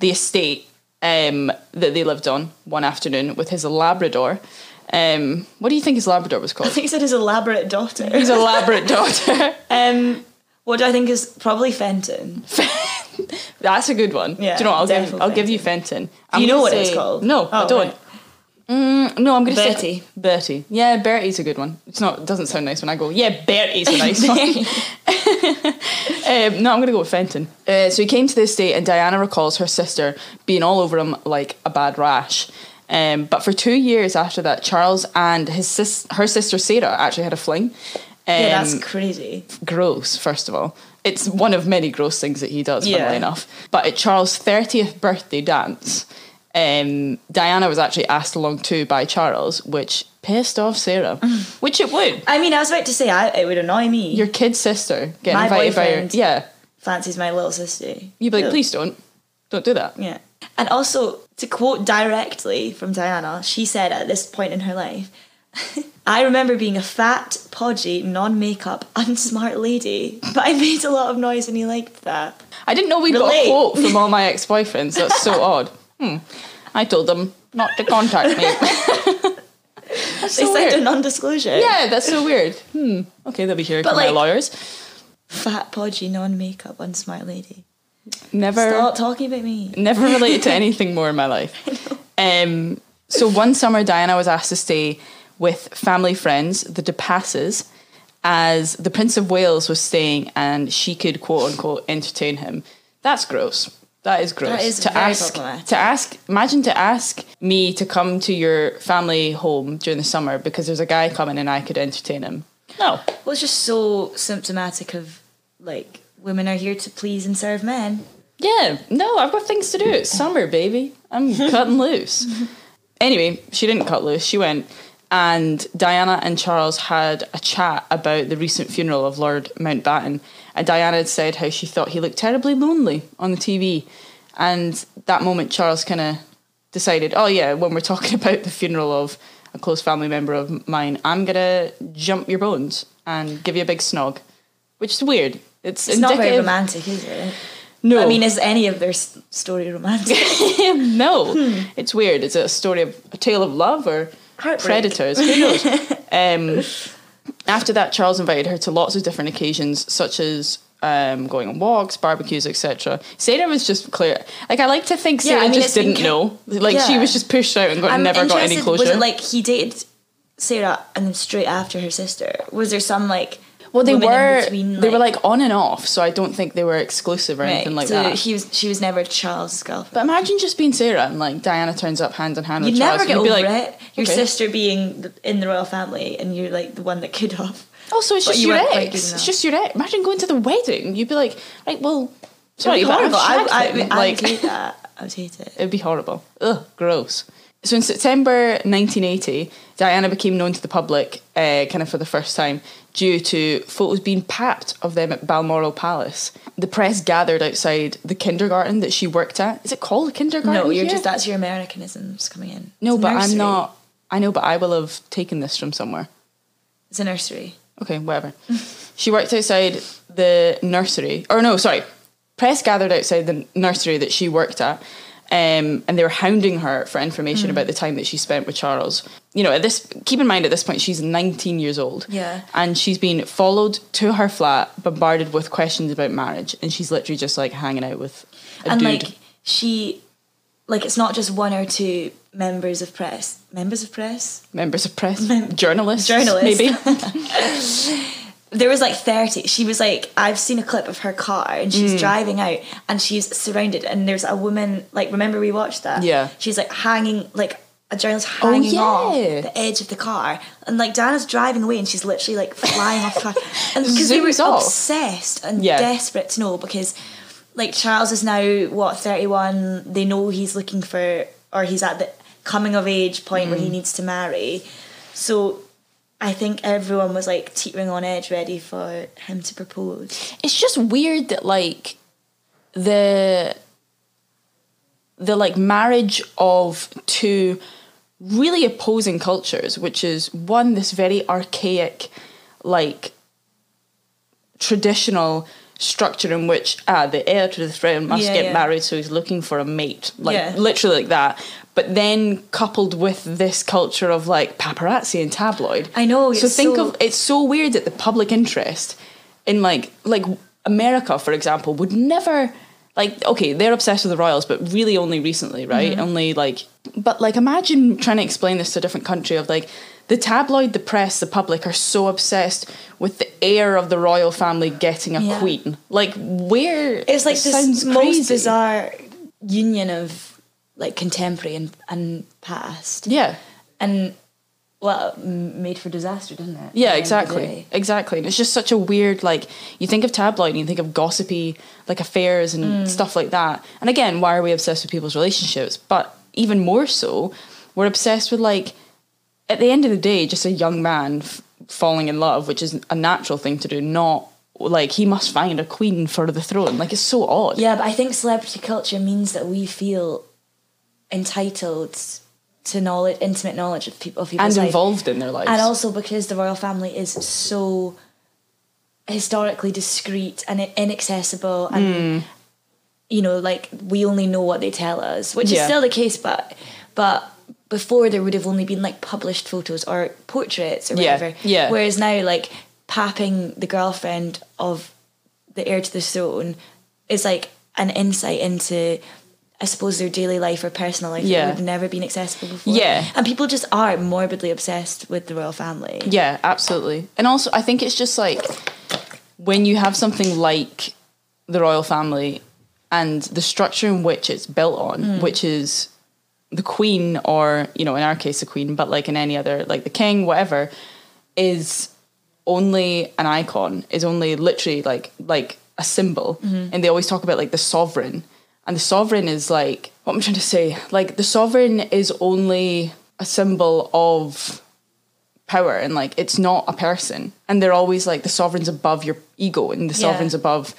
S2: the estate um, that they lived on one afternoon with his Labrador. Um, what do you think his Labrador was
S3: I
S2: called?
S3: think he said his elaborate daughter.
S2: His elaborate daughter.
S3: Um, what do I think is probably Fenton?
S2: That's a good one.
S3: Yeah,
S2: Do you know what? I'll give,
S3: definitely
S2: I'll give you Fenton. I'm
S3: you know
S2: gonna
S3: what it's called?
S2: No, I
S3: Oh,
S2: don't.
S3: right.
S2: Mm, no, I'm going to say
S3: Bertie.
S2: Bertie. Yeah, Bertie's a good one. It's not it doesn't sound nice when I go, yeah, Bertie's a nice one. Um, no, I'm going to go with Fenton. Uh, so he came to the estate, and Diana recalls her sister being all over him like a bad rash. Um, but for two years after that, Charles and his sis- her sister Sarah actually had a fling. Um,
S3: yeah, that's crazy.
S2: gross, first of all. It's one of many gross things that he does,
S3: Yeah.
S2: funnily enough. But at Charles' 30th birthday dance, um, Diana was actually asked along too by Charles, which pissed off Sarah.
S3: Mm.
S2: which it would.
S3: I mean, I was about to say I, it would annoy me.
S2: Your kid sister getting
S3: My
S2: invited by your.
S3: boyfriend.
S2: Yeah.
S3: fancies my little sister.
S2: You'd be like,
S3: No.
S2: please don't, don't do that.
S3: Yeah. And also, to quote directly from Diana, she said at this point in her life, I remember being a fat, podgy, non makeup, unsmart lady, but I made a lot of noise and he liked that.
S2: I didn't know we'd got a
S3: Relate.
S2: quote from all my ex boyfriends. That's so odd. Hmm. I told them not to contact me. that's
S3: they
S2: so
S3: signed a
S2: weird.
S3: non disclosure.
S2: Yeah, that's so weird. Hmm. Okay, they'll be hearing
S3: But,
S2: from
S3: like,
S2: my lawyers.
S3: Fat, podgy, non makeup, unsmart lady.
S2: Never.
S3: Stop talking about me.
S2: Never related to anything more in my life. Um, so one summer, Diana was asked to stay with family friends, the De Passes, as the Prince of Wales was staying, and she could quote unquote entertain him. That's gross. That is gross.
S3: That is
S2: to
S3: very
S2: ask
S3: problematic.
S2: to ask. Imagine to ask me to come to your family home during the summer because there's a guy coming and I could entertain him. No,
S3: Well, it's just so symptomatic of like women are here to please and serve men.
S2: Yeah, no, I've got things to do. It's summer, baby. I'm cutting loose. Anyway, she didn't cut loose. She went, and Diana and Charles had a chat about the recent funeral of Lord Mountbatten. And Diana had said how she thought he looked terribly lonely on the TV. And that moment, Charles kind of decided, oh, yeah, when we're talking about the funeral of a close family member of mine, I'm going to jump your bones and give you a big snog, which is weird. It's,
S3: It's not very
S2: indicative-
S3: romantic, is it?
S2: No.
S3: I mean, is any of their s- story romantic?
S2: no, it's weird. It's a story of a tale of love or
S3: Hmm. Heartbreak.
S2: predators. Who knows? um, after that, Charles invited her to lots of different occasions, such as um, going on walks, barbecues, etc. Sarah was just clear. Like I like to think
S3: Yeah, I
S2: Sarah
S3: mean,
S2: just
S3: it's been
S2: didn't
S3: ki-
S2: know. Like she
S3: Yeah.
S2: was just pushed out and got, never got any
S3: interested,
S2: closure.
S3: Was it like he dated Sarah and then straight after her sister? Was there some like
S2: well, they
S3: woman in
S2: were
S3: between,
S2: they were like on and off, so I don't think they were exclusive or anything
S3: right,
S2: like
S3: so
S2: that.
S3: He was she was never Charles' girlfriend.
S2: but imagine just being Sarah and like Diana turns up hand in hand
S3: You'd
S2: with Charles.
S3: never get
S2: You'd be
S3: over
S2: like,
S3: it. Your
S2: "Okay."
S3: sister being th- in the royal family and you're like the one that could have.
S2: Also, Oh, it's
S3: But
S2: just
S3: you
S2: your
S3: weren't quite
S2: ex.
S3: good enough.
S2: It's just your ex. Imagine going to the wedding. You'd be like, right, well,
S3: It'd
S2: sorry,
S3: be
S2: Oh, but I've
S3: horrible. I,
S2: shagged
S3: I,
S2: him.
S3: I
S2: like,
S3: would hate that. I would hate it.
S2: it'd be horrible. Ugh, gross. So in September 1980, Diana became known to the public, uh, kind of for the first time, due to photos being papped of them at Balmoral Palace. The press gathered outside the kindergarten that she worked at. Is it called a kindergarten?
S3: No, you're
S2: here?
S3: just that's your Americanisms coming in.
S2: No,
S3: It's a
S2: but I'm
S3: nursery.
S2: not. I know, but I will have taken this from somewhere.
S3: It's a nursery.
S2: Okay, whatever. she worked outside the nursery, or no, sorry, press gathered outside the nursery that she worked at, um, and they were hounding her for information about the time that she spent with Charles. You know, at this, keep in mind at this point she's 19 years old,
S3: Yeah.
S2: and she's been followed to her flat, bombarded with questions about marriage, and she's literally just like hanging out with a
S3: and
S2: dude.
S3: like she like it's not just one or two members of press. Members of press?
S2: Members of press, journalists,
S3: Journalists.
S2: maybe.
S3: there was like 30 she was like i've seen a clip of her car and she's
S2: Mm.
S3: driving out and she's surrounded and there's a woman like remember we watched that
S2: Yeah. Oh,
S3: she's like hanging like a journalist hanging off
S2: yeah.
S3: the edge of the car and like Diana's driving away and she's literally like flying off the car and because they were
S2: Zooms off.
S3: obsessed and
S2: Yeah.
S3: desperate to know because like Charles is now what 31 they know he's looking for or he's at the coming of age point where he
S2: Mm.
S3: needs to marry so I think everyone was like teetering on edge, ready for him to propose.
S2: it's just weird that like the the like marriage of two really opposing cultures which is one this very archaic like traditional structure in which ah the heir to the throne must
S3: Yeah,
S2: get
S3: yeah.
S2: married so he's looking for a mate like
S3: Yeah.
S2: literally like that but then coupled with this culture of like paparazzi and tabloid
S3: I know,
S2: so
S3: it's
S2: think
S3: so-
S2: of it's so weird that the public interest in like like America, for example, would never like okay, they're obsessed with the royals, but really only recently, right?
S3: Mm-hmm.
S2: Only like but like imagine trying to explain this to a different country of like the tabloid, the press, the public are so obsessed with the heir of the royal family getting a
S3: Yeah.
S2: queen. Like where
S3: It's like
S2: it
S3: this
S2: sounds
S3: most
S2: crazy.
S3: bizarre union of like contemporary and, and past,
S2: Yeah.
S3: and well, m- made for disaster, doesn't it? At the end
S2: Yeah,
S3: of the
S2: exactly.
S3: day.
S2: Exactly. And it's just such a weird, like, you think of tabloid and you think of gossipy, like, affairs and
S3: Mm.
S2: stuff like that. And again, why are we obsessed with people's relationships? But even more so, we're obsessed with, like, at the end of the day, just a young man f- falling in love, which is a natural thing to do, not like he must find a queen for the throne. Like it's so odd.
S3: Yeah, but I think celebrity culture means that we feel entitled to knowledge, intimate knowledge of people, of
S2: and
S3: people's life.
S2: involved in their lives.
S3: and also because the royal family is so historically discreet and inaccessible and
S2: Hmm.
S3: you know like we only know what they tell us which
S2: Yeah.
S3: is still the case but but before there would have only been like published photos or portraits or
S2: Yeah,
S3: whatever
S2: yeah.
S3: whereas now like papping the girlfriend of the heir to the throne is like an insight into I suppose their daily life or personal life
S2: Yeah.
S3: that would have never been accessible before.
S2: Yeah.
S3: And people just are morbidly obsessed with the royal family.
S2: Yeah, absolutely. And also, I think it's just like when you have something like the royal family and the structure in which it's built on, which is the queen, or, you know, in our case, the queen, but like in any other, like the king, whatever, is only an icon, is only literally like like a symbol. And they always talk about like the sovereign. And the sovereign is like what I'm trying to say, like the sovereign is only a symbol of power and like it's not a person and they're always like the sovereign's above your ego and the
S3: Yeah.
S2: sovereign's above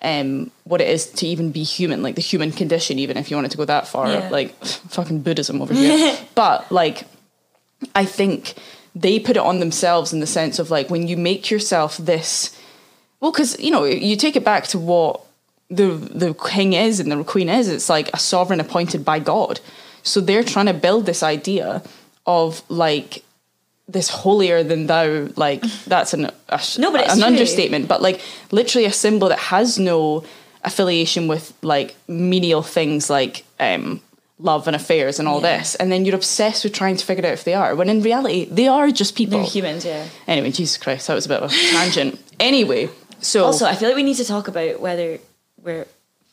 S2: um what it is to even be human like the human condition even if you wanted to go that far
S3: Yeah.
S2: like fucking buddhism over here but like i think they put it on themselves in the sense of like when you make yourself this well because you know you take it back to what the the king is and the queen is it's like a sovereign appointed by god so they're trying to build this idea of like this holier than thou like that's an a,
S3: No, but it's
S2: an
S3: true.
S2: understatement but like literally a symbol that has no affiliation with like menial things like um love and affairs and all
S3: Yeah.
S2: this and then you're obsessed with trying to figure out if they are when in reality they are just people
S3: They're humans, yeah.
S2: anyway jesus christ that was a bit of a tangent anyway so
S3: Also, I feel like we need to talk about whether we're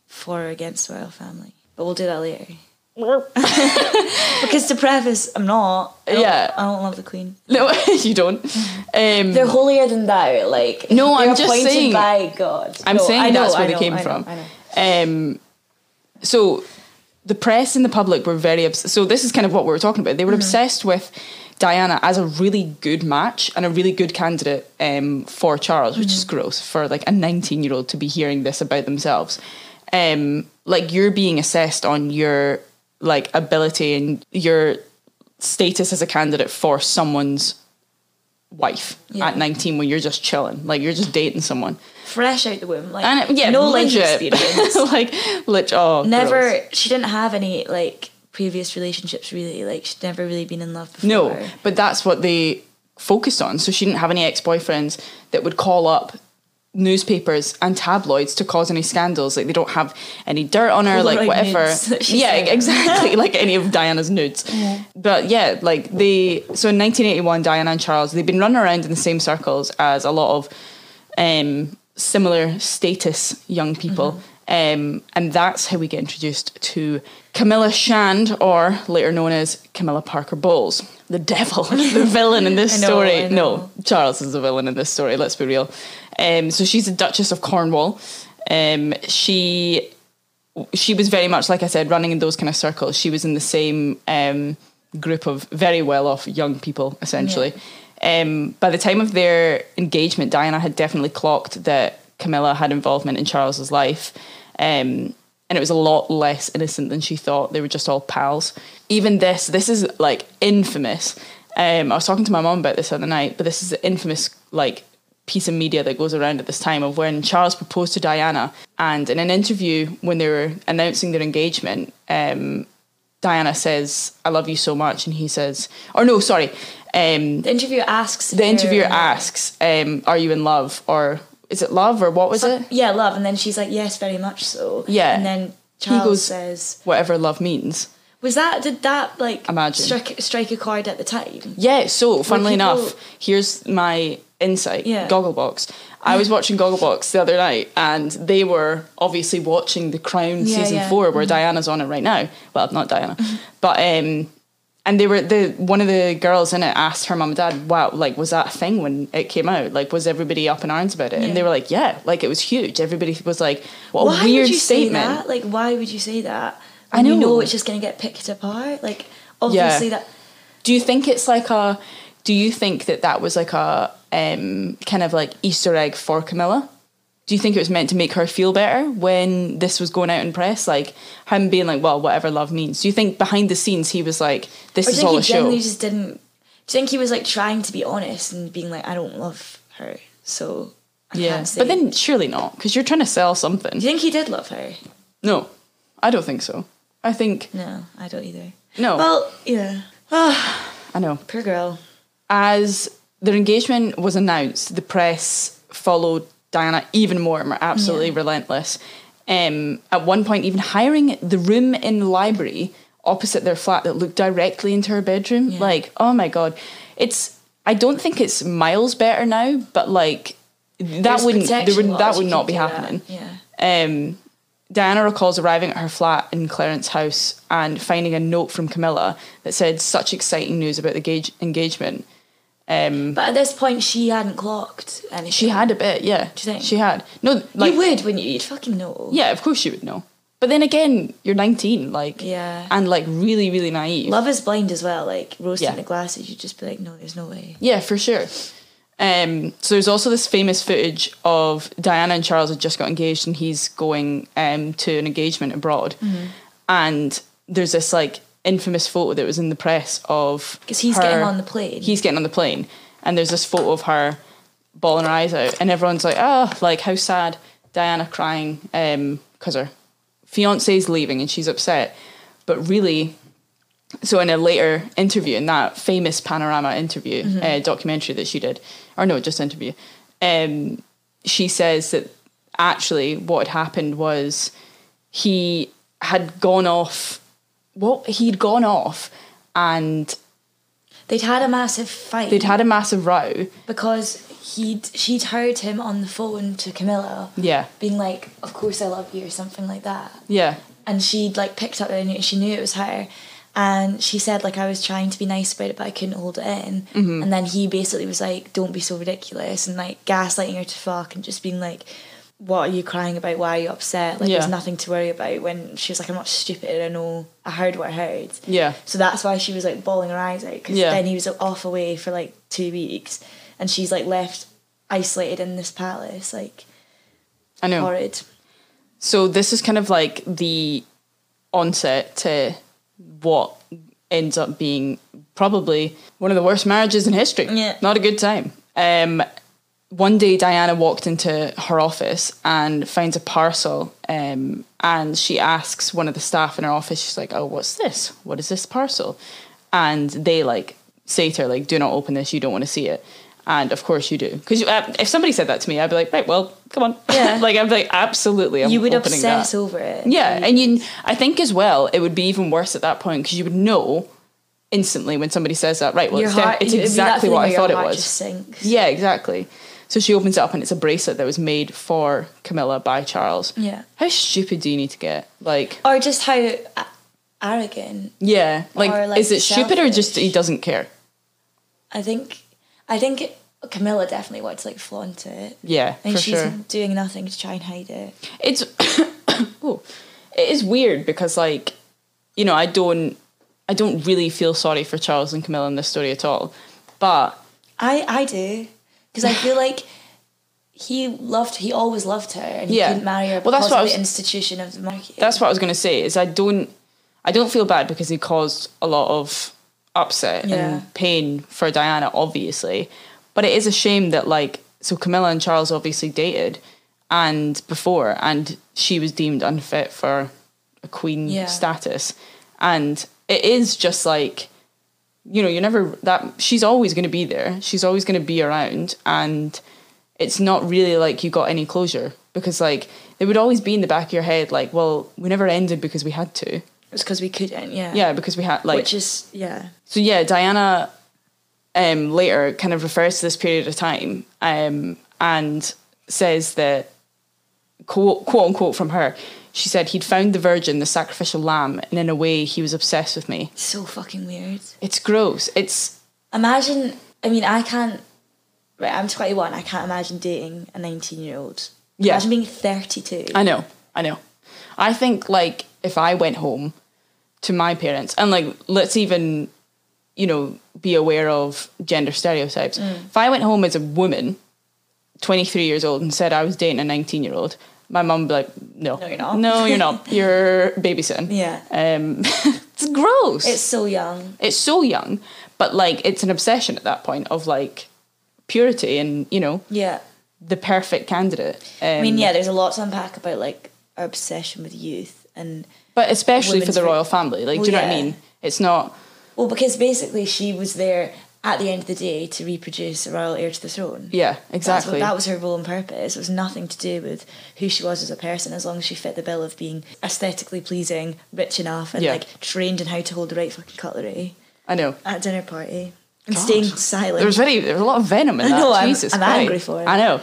S3: for or against the royal family. But we'll do that later. because to preface, I'm not. I don't-
S2: Yeah.
S3: I don't love the Queen.
S2: no you don't um
S3: They're holier than thou, like
S2: No,
S3: they're
S2: I'm just
S3: appointed
S2: saying-
S3: by God.
S2: I'm
S3: No,
S2: saying
S3: I know,
S2: that's where
S3: I
S2: they
S3: know,
S2: came
S3: I know,
S2: from.
S3: I know.
S2: Um, so the press and the public were very obs- so this is kind of what we were talking about. They were
S3: Mm-hmm.
S2: obsessed with Diana as a really good match and a really good candidate um, for Charles, which
S3: Mm-hmm.
S2: is gross for like a 19 year old to be hearing this about themselves. Um, like you're being assessed on your like ability and your status as a candidate for someone's wife
S3: Yeah.
S2: at 19 when you're just chilling like you're just dating someone
S3: Fresh out the womb, like
S2: and it- yeah,
S3: no life
S2: legit.
S3: experience.
S2: like, lit. Oh,
S3: never
S2: gross.
S3: she didn't have any like previous relationships really like she'd never really been in love before
S2: No, but that's what they focused on. So she didn't have any ex-boyfriends that would call up newspapers and tabloids to cause any scandals. Like they don't have any dirt on her, like
S3: Polaroid
S2: whatever.
S3: nudes that she
S2: yeah,
S3: sent.
S2: exactly. like any of Diana's nudes. But yeah, like they. So in 1981, Diana and Charles they've been running around in the same circles as a lot of um, similar status young people.
S3: Mm-hmm.
S2: Um, and that's how we get introduced to Camilla Shand, or later known as Camilla Parker Bowles, the devil, the villain in this
S3: I know,
S2: story.
S3: I
S2: No,
S3: know.
S2: Charles is the villain in this story. Let's be real. Um, so she's the Duchess of Cornwall. Um, she she was very much like I said, running in those kind of circles. She was in the same um, group of very well off young people, essentially. Um, by the time of their engagement, Diana had definitely clocked that Camilla had involvement in Charles's life. Um, and it was a lot less innocent than she thought. They were just all pals. Even this, this is like infamous. Um, I was talking to my mom about this the other night, but this is the infamous like piece of media that goes around at this time of when Charles proposed to Diana, and in an interview when they were announcing their engagement, um, Diana says, "I love you so much," and he says, "Or no, sorry." Um,
S3: the interviewer asks
S2: the interviewer asks, um, "Are you in love?" or "Is it love?" or "What was it?"
S3: yeah love and then she's like yes very much so
S2: Yeah.
S3: and then
S2: He
S3: Charles
S2: goes,
S3: says
S2: "Whatever love means."
S3: was that did that like
S2: Imagine.
S3: strike, strike a chord at the time
S2: Yeah, so funnily
S3: people-
S2: enough, here's my insight.
S3: Yeah.
S2: Gogglebox. I was watching Gogglebox the other night and they were obviously watching The Crown
S3: Yeah,
S2: season
S3: yeah. Mm-hmm.
S2: four where Diana's on it right now. Well, not Diana. but um and they were the one of the girls in it asked her mum and dad, Wow, like was that a thing when it came out? Like was everybody up in arms about it? And
S3: Yeah.
S2: they were like, Yeah, like it was huge. Everybody was like, What
S3: why
S2: a weird
S3: would you
S2: statement.
S3: say that like why would you say that
S2: I
S3: when you
S2: know.
S3: know it's just gonna get picked apart like obviously that
S2: Do you think it's like a? Do you think that that was like a um, kind of like Easter egg for Camilla? do you think it was meant to make her feel better when this was going out in press? Like him being like, well, whatever love means. Do you think behind the scenes he was like, this
S3: Or do
S2: is
S3: you
S2: all
S3: think
S2: a
S3: he
S2: show?
S3: genuinely just didn't? Do you think he was like trying to be honest and being like, I don't love her, so I
S2: yeah,
S3: can't say.
S2: but then surely not because you're trying to sell something.
S3: do you think he did love her?
S2: No, I don't think so. I think
S3: No, I don't either.
S2: no.
S3: Well, yeah,
S2: I know.
S3: poor girl.
S2: as their engagement was announced, the press followed Diana even more and were absolutely relentless. Um, at one point, even hiring the room in the library opposite their flat that looked directly into her bedroom. Like, oh my god, it's. I don't think it's miles better now, but like that
S3: There's
S2: wouldn't there
S3: protection
S2: would, that
S3: laws,
S2: would
S3: you
S2: not
S3: can't
S2: be
S3: do that,
S2: happening.
S3: yeah.
S2: Um, Diana recalls arriving at her flat in Clarence House and finding a note from Camilla that said such exciting news about the gauge- engagement. Um,
S3: But at this point, she hadn't clocked, and
S2: she had a bit, yeah.
S3: Do you think?
S2: She had. No, like
S3: you would, wouldn't you? You'd fucking know.
S2: yeah, of course she would know. But then again, you're 19, like
S3: Yeah.
S2: and like really, really naive.
S3: Love is blind as well. Like roasting
S2: Yeah.
S3: the glasses, you'd just be like, no, there's no way.
S2: Yeah, for sure. Um, so there's also this famous footage of Diana and Charles had just got engaged, and he's going um, to an engagement abroad.
S3: Mm-hmm.
S2: And there's this like infamous photo that was in the press of
S3: 'Cause he's
S2: her-
S3: getting on the plane.
S2: He's getting on the plane, and there's this photo of her bawling her eyes out, and everyone's like, "Oh, like how sad." Diana crying because her fiance's leaving, and she's upset. But really, so in a later interview in that famous panorama interview uh, documentary that she did or no just interview um, she says that actually what had happened was he had gone off what he'd gone off and
S3: They'd had a massive fight.
S2: they'd had a massive row
S3: because he'd she'd heard him on the phone to Camilla.
S2: Yeah.
S3: Being like, Of course I love you or something like that.
S2: yeah
S3: And she'd like picked up that I knew she knew it was her. And she said like I was trying to be nice about it but I couldn't hold it in.
S2: Mm-hmm.
S3: And then he basically was like, Don't be so ridiculous and like gaslighting her to fuck and just being like what are you crying about? Why are you upset? Like
S2: Yeah.
S3: there's nothing to worry about. When she was like, "I'm not stupid. I know. I heard what I heard."
S2: Yeah.
S3: So that's why she was like bawling her eyes out because
S2: Yeah.
S3: then he was off away for like two weeks, and she's like left isolated in this palace, like
S2: i know
S3: horrid.
S2: so this is kind of like the onset to what ends up being probably one of the worst marriages in history.
S3: Yeah.
S2: Not a good time. Um, one day Diana walked into her office and finds a parcel um, and she asks one of the staff in her office, she's like, oh, what's this? What is this parcel? And they like say to her, like, do not open this. You don't want to see it. And of course you do. Because uh, if somebody said that to me, I'd be like, right, well, come on.
S3: Yeah.
S2: like, I'd be like, absolutely. I'm
S3: You would
S2: opening that.
S3: obsess over it.
S2: Yeah, and you, I think as well, it would be even worse at that point because you would know instantly when somebody says that, right? Well,
S3: your
S2: it's, de-
S3: heart.
S2: it's
S3: it would be that
S2: exactly
S3: feeling
S2: what
S3: where
S2: I
S3: your
S2: thought it
S3: heart
S2: was.
S3: Just sinks.
S2: Yeah, exactly. So she opens it up and it's a bracelet that was made for Camilla by Charles.
S3: Yeah.
S2: How stupid do you need to get? Like,
S3: Or just how a- arrogant.
S2: yeah, like,
S3: Or, like,
S2: is it stupid or just
S3: selfish.
S2: he doesn't care?
S3: I think. I think it, Camilla definitely wanted to like flaunt it.
S2: Yeah,
S3: And
S2: for
S3: she's
S2: sure.
S3: doing nothing to try and hide it.
S2: it's oh, it is weird because like you know I don't I don't really feel sorry for Charles and Camilla in this story at all, but
S3: I I do because I feel like he loved he always loved her and he
S2: Yeah.
S3: couldn't marry her
S2: Well,
S3: well,
S2: that's
S3: that's
S2: what I
S3: because of
S2: was-
S3: the institution of the monarchy.
S2: that's what I was going to say is I don't I don't feel bad because he caused a lot of upset
S3: Yeah.
S2: and pain for Diana obviously but it is a shame that like so Camilla and Charles obviously dated and before and she was deemed unfit for a queen
S3: Yeah.
S2: status and it is just like you know you're never that she's always going to be there she's always going to be around and it's not really like you got any closure because like it would always be in the back of your head like well we never ended because we had to
S3: it's because we couldn't. Yeah.
S2: yeah because we had like
S3: Which is yeah.
S2: so yeah diana um later kind of refers to this period of time um and says that quote, quote unquote from her she said he'd found the virgin the sacrificial lamb and in a way he was obsessed with me
S3: So fucking weird.
S2: it's gross it's
S3: Imagine. I mean, I can't. Right, I'm 21. I can't imagine dating a 19 year old.
S2: Yeah.
S3: Imagine being 32.
S2: I know, I know. I think like if I went home to my parents and like let's even
S3: Mm.
S2: you know be aware of gender stereotypes. If I went home as a woman 23 years old and said I was dating a 19 year old, my mum would be like, no.
S3: No, you're not."
S2: No, you're not. You're babysitting.
S3: Yeah.
S2: Um, it's gross.
S3: It's so young.
S2: it's so young, but like it's an obsession at that point of like purity and you know
S3: Yeah.
S2: the perfect candidate. Um,
S3: I mean, yeah, there's a lot to unpack about like our obsession with youth and
S2: but especially for
S3: women's
S2: the
S3: re-
S2: royal family. Like,
S3: Well,
S2: do you know what I
S3: yeah.
S2: mean? It's not.
S3: well, because basically she was there at the end of the day to reproduce a royal heir to the throne.
S2: Yeah,
S3: That's
S2: exactly.
S3: what, that was her role and purpose. It was nothing to do with who she was as a person, as long as she fit the bill of being aesthetically pleasing, rich enough, and
S2: Yeah.
S3: like trained in how to hold the right fucking cutlery
S2: I know.
S3: at a dinner party and
S2: God.
S3: staying silent.
S2: There was very there was a lot of venom in
S3: I
S2: that.
S3: know, I'm-
S2: Jesus
S3: I'm
S2: Christ.
S3: angry for it.
S2: I know.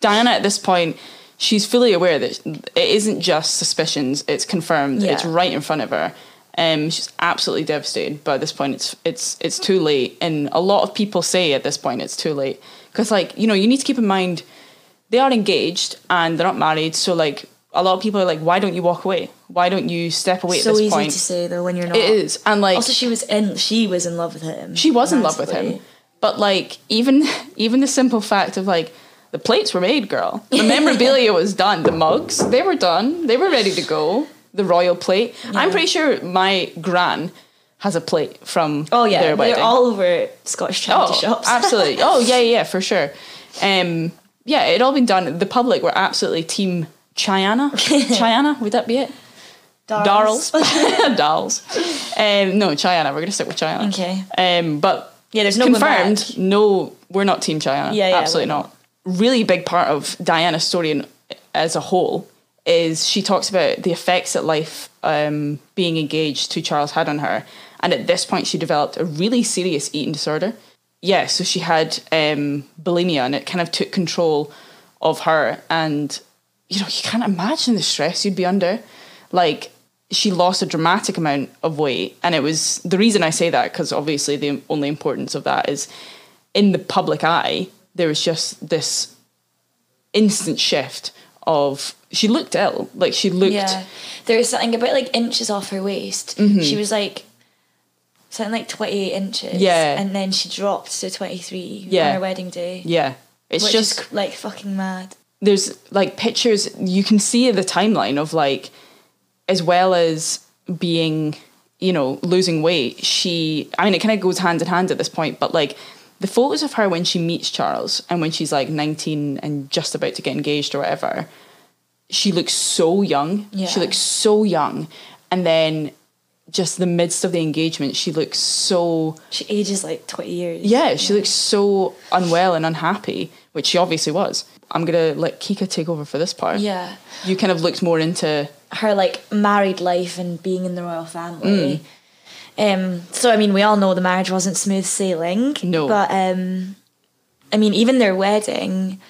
S2: Diana at this point, she's fully aware that it isn't just suspicions, it's confirmed.
S3: Yeah.
S2: It's right in front of her. Um, she's absolutely devastated. But at this point, it's it's it's too late, and a lot of people say at this point it's too late because, like, you know, you need to keep in mind they are engaged and they're not married. So, like, a lot of people are like, "Why don't you walk away? Why don't you step away?"
S3: so
S2: at this
S3: easy
S2: point,
S3: to say though when you're not.
S2: it is, and like,
S3: Also, she was in. She was in love with him.
S2: she was in love with him
S3: massively.
S2: but like even even the simple fact of like the plates were made girl the memorabilia was done the mugs they were done they were ready to go the royal plate i'm pretty sure my gran has a plate from
S3: Oh yeah,
S2: their wedding Oh,
S3: they're all over Scottish charity shops.
S2: absolutely. Oh yeah, yeah, yeah, for sure. Um, yeah, it all been done. The public were absolutely team Chiana. Chiana, would that be it? Darls.
S3: Darls.
S2: Darls. Um, no, Chiana. We're gonna stick with Chiana.
S3: Okay.
S2: Um, but
S3: Yeah, there's no going
S2: confirmed. No, we're not team Chiana.
S3: Yeah, yeah,
S2: absolutely
S3: we're
S2: not. Really big part of Diana's story in, as a whole is she talks about the effects that life um, being engaged to Charles had on her, and at this point she developed a really serious eating disorder. Yeah, so she had um, bulimia, and it kind of took control of her. And you know, you can't imagine the stress you'd be under. Like she lost a dramatic amount of weight, and it was the reason I say that because obviously the only importance of that is in the public eye. There was just this instant shift of she looked ill, like she looked.
S3: Yeah, there was something about like inches off her waist.
S2: Mm-hmm.
S3: She was like something like twenty eight inches.
S2: Yeah.
S3: and then she dropped to twenty three
S2: Yeah.
S3: on her wedding day.
S2: Yeah. It's
S3: which
S2: just
S3: is, like fucking mad.
S2: there's like pictures you can see the timeline of like as well as being you know losing weight she i mean it kind of goes hand in hand at this point but like the photos of her when she meets charles and when she's like 19 and just about to get engaged or whatever she looks so young
S3: Yeah.
S2: she looks so young and then just the midst of the engagement she looks so
S3: She ages like twenty years.
S2: yeah, she looks so unwell and unhappy, which she obviously was. I'm gonna let Kika take over for this part.
S3: Yeah.
S2: You kind of looked more into
S3: her like married life and being in the royal family. Um, so I mean, we all know the marriage wasn't smooth sailing.
S2: No.
S3: but um, I mean, even their wedding,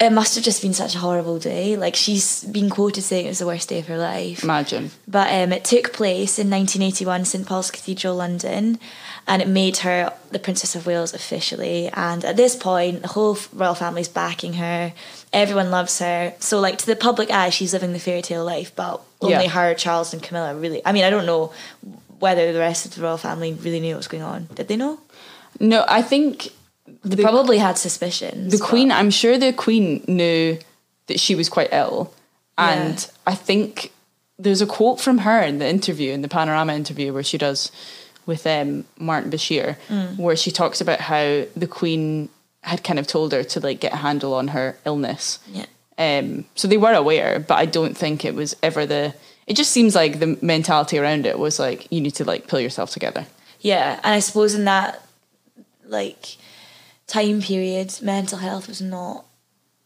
S3: it must have just been such a horrible day. Like she's been quoted saying it was the worst day of her life.
S2: imagine.
S3: But um, it took place in 1981, St Paul's Cathedral, London, and it made her the Princess of Wales officially. And at this point, the whole f- royal family's backing her. Everyone loves her. So, like to the public eye, she's living the fairy tale life. But only
S2: Yeah.
S3: her, Charles, and Camilla really. I mean, I don't know whether the rest of the royal family really knew what was going on. Did they know?
S2: No, I think
S3: They probably had suspicions.
S2: the
S3: but-
S2: Queen I'm sure the Queen knew that she was quite ill. And
S3: Yeah.
S2: I think there's a quote from her in the interview, in the panorama interview where she does with um, Martin Bashir, where she talks about how the Queen had kind of told her to like get a handle on her illness.
S3: Yeah.
S2: Um, so they were aware, but I don't think it was ever the. It just seems like the mentality around it was like you need to like pull yourself together.
S3: Yeah, and I suppose in that like time period, mental health was not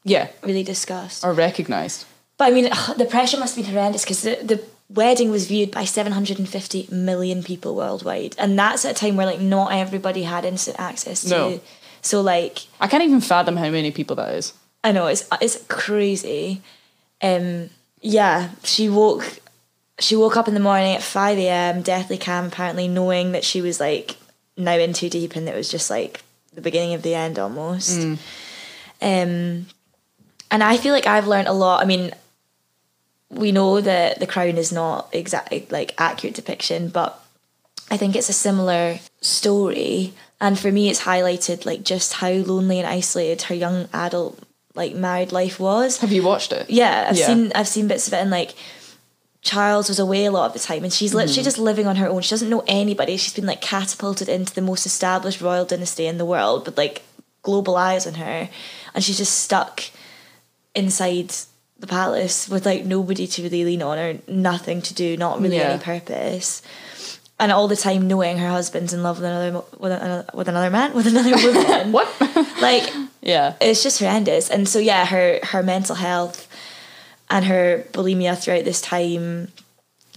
S2: Yeah,
S3: really discussed.
S2: or recognized.
S3: But I mean, ugh, the pressure must have been horrendous because the, the wedding was viewed by 750 million people worldwide. And that's at a time where, like, not everybody had instant access to.
S2: No.
S3: So, like,
S2: I can't even fathom how many people that is.
S3: I know it's it's crazy. Um, yeah, she woke she woke up in the morning at five a.m. deathly calm, apparently knowing that she was like now in too deep, and it was just like the beginning of the end almost. Um, and I feel like I've learned a lot. I mean, we know that the crown is not exactly like accurate depiction, but I think it's a similar story. And for me, it's highlighted like just how lonely and isolated her young adult like married life was.
S2: Have you watched it?
S3: Yeah, I've
S2: Yeah.
S3: seen I've seen bits of it and like Charles was away a lot of the time and she's
S2: Mm-hmm.
S3: literally just living on her own. She doesn't know anybody. She's been like catapulted into the most established royal dynasty in the world with like global eyes on her and she's just stuck inside the palace with like nobody to really lean on or nothing to do, not really
S2: Yeah.
S3: any purpose. And all the time knowing her husband's in love with another mo- with another, with another man, with another woman.
S2: What?
S3: Like
S2: yeah.
S3: it's just horrendous. And so yeah, her her mental health and her bulimia throughout this time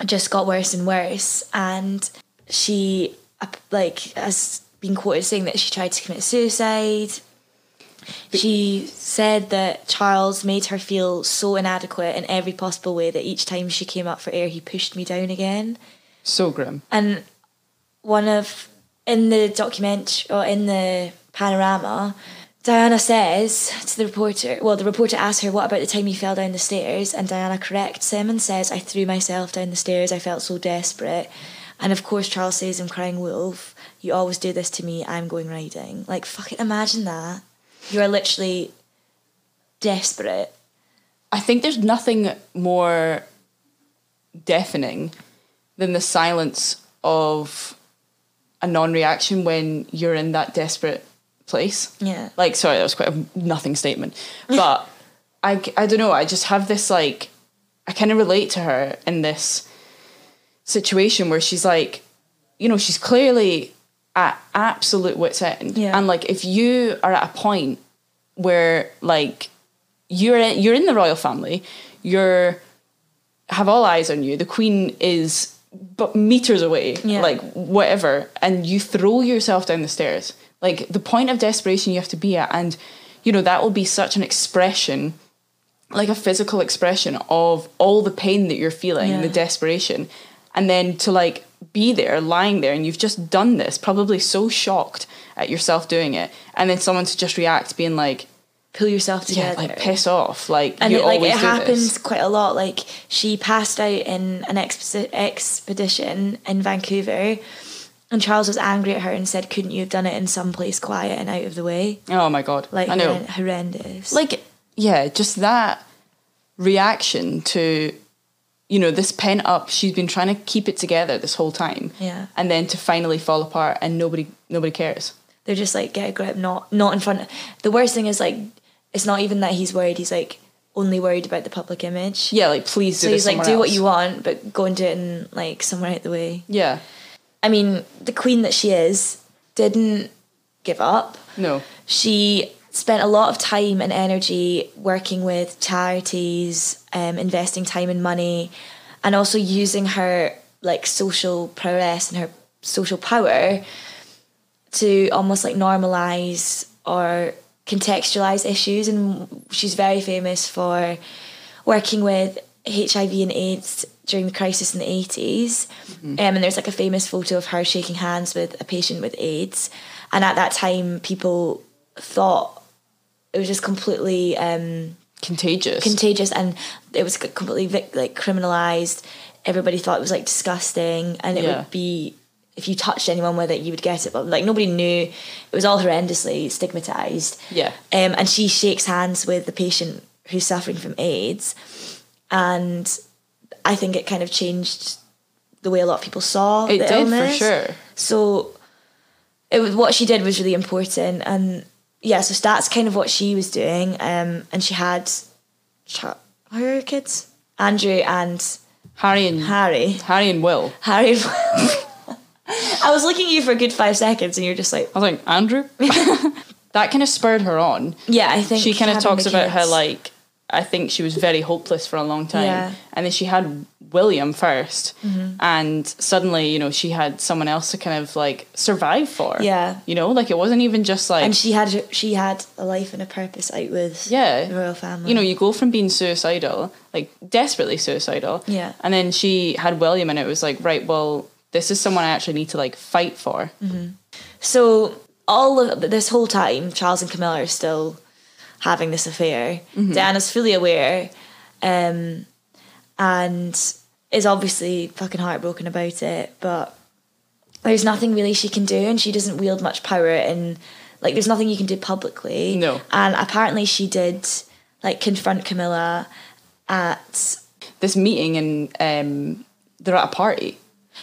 S3: just got worse and worse. And she uh, like has been quoted saying that she tried to commit suicide. She said that Charles made her feel so inadequate in every possible way that each time she came up for air, he pushed me down again
S2: So grim.
S3: and one of in the document or in the panorama diana says to the reporter well the reporter asks her what about the time you fell down the stairs and diana corrects him and says i threw myself down the stairs i felt so desperate and of course charles says i'm crying wolf you always do this to me i'm going riding like fucking imagine that you are literally desperate
S2: I think there's nothing more deafening than the silence of a non-reaction when you're in that desperate place.
S3: Yeah.
S2: Like, sorry, that was quite a nothing statement, but I, I don't know. I just have this like, I kind of relate to her in this situation where she's like, you know, she's clearly at absolute wit's end,
S3: Yeah.
S2: and like if you are at a point where like you're in, you're in the royal family, you're have all eyes on you. The queen is but meters away,
S3: Yeah.
S2: like whatever, and you throw yourself down the stairs. Like the point of desperation you have to be at, and you know that will be such an expression, like a physical expression of all the pain that you're feeling,
S3: Yeah.
S2: the desperation, and then to like be there, lying there, and you've just done this, probably so shocked at yourself doing it, and then someone to just react, being like,
S3: pull yourself together
S2: yeah, like piss off, like
S3: and
S2: you
S3: it, like
S2: always
S3: it
S2: do
S3: happens
S2: this.
S3: quite a lot. Like she passed out in an expo- expedition in Vancouver, and Charles was angry at her and said, "Couldn't you have done it in some place quiet and out of the way?"
S2: Oh my god,
S3: Like
S2: I know.
S3: horren- horrendous.
S2: like yeah just that reaction to you know this pent up she's been trying to keep it together this whole time
S3: Yeah.
S2: and then to finally fall apart and nobody nobody cares
S3: they're just like get a grip, not not in front. Of, the worst thing is like it's not even that he's worried. He's like only worried about the public image.
S2: yeah like please do
S3: So
S2: this
S3: he's like,
S2: somewhere
S3: do what
S2: else."
S3: you want, but go and do it in like somewhere out the way.
S2: yeah
S3: I mean, the queen that she is didn't give up.
S2: no
S3: She spent a lot of time and energy working with charities, um, investing time and money, and also using her like social prowess and her social power to almost like normalize or contextualize issues. And she's very famous for working with HIV and AIDS during the crisis in the 80s. Um, and there's like a famous photo of her shaking hands with a patient with AIDS. And at that time, people thought it was just completely um,
S2: contagious
S3: contagious and it was completely vic- like criminalized everybody thought it was like disgusting and it
S2: Yeah.
S3: would be if you touched anyone with it you would get it but like nobody knew it was all horrendously stigmatized
S2: Yeah.
S3: um, and she shakes hands with the patient who's suffering from aids and i think it kind of changed the way a lot of people saw
S2: It
S3: the
S2: did, for
S3: illness.
S2: sure.
S3: so it was what she did was really important and yeah so that's kind of what she was doing um and she had Char- her kids andrew and
S2: harry and
S3: harry
S2: harry and will
S3: harry and- i was looking at you for a good five seconds and you're just like
S2: i was like andrew that kind of spurred her on
S3: yeah i think
S2: she kind of
S3: having
S2: talks
S3: the
S2: about her
S3: kids-
S2: like I think she was very hopeless for a long time,
S3: Yeah. Mm-hmm.
S2: and then she had William 1st and suddenly you know she had someone else to kind of like survive for.
S3: Yeah.
S2: you know, like it wasn't even just like
S3: and she had she had a life and a purpose out with
S2: yeah
S3: the royal family
S2: You know, you go from being suicidal, like desperately suicidal,
S3: Yeah.
S2: and then she had William, and it was like right, well, this is someone I actually need to like fight for.
S3: Mm. So all of this whole time, Charles and Camilla are still having this affair. Diana's fully aware, um, and is obviously fucking heartbroken about it. But there's nothing really she can do, and she doesn't wield much power. And like, there's nothing you can do publicly.
S2: No.
S3: And apparently, she did like confront Camilla at
S2: This meeting and um, they're at a party.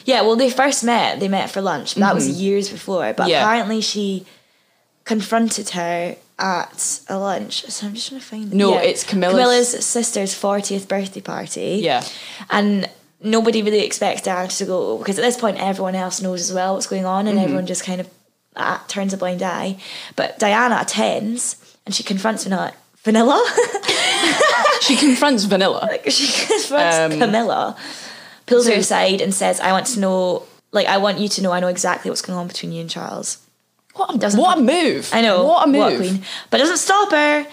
S3: Yeah, well, they first met. They met for lunch. But That was years before. But
S2: Mm-hmm. Yeah.
S3: apparently, she confronted her at a lunch. So I'm just trying to find.
S2: No, it's Camilla's-
S3: Camilla's sister's 40th birthday party.
S2: Yeah.
S3: and nobody really expects Dash to go because at this point, everyone else knows as well what's going on,
S2: Mm-hmm.
S3: and everyone just kind of uh, turns a blind eye. But Diana attends, and she confronts Vanilla. Vanilla.
S2: She confronts Vanilla.
S3: she confronts Camilla, pulls her aside, and says, "I want to know, like, I want you to know, I know exactly what's going on between you and Charles."
S2: What a,
S3: Doesn't-
S2: what a move.
S3: I know
S2: What a move.
S3: queen, but doesn't stop her.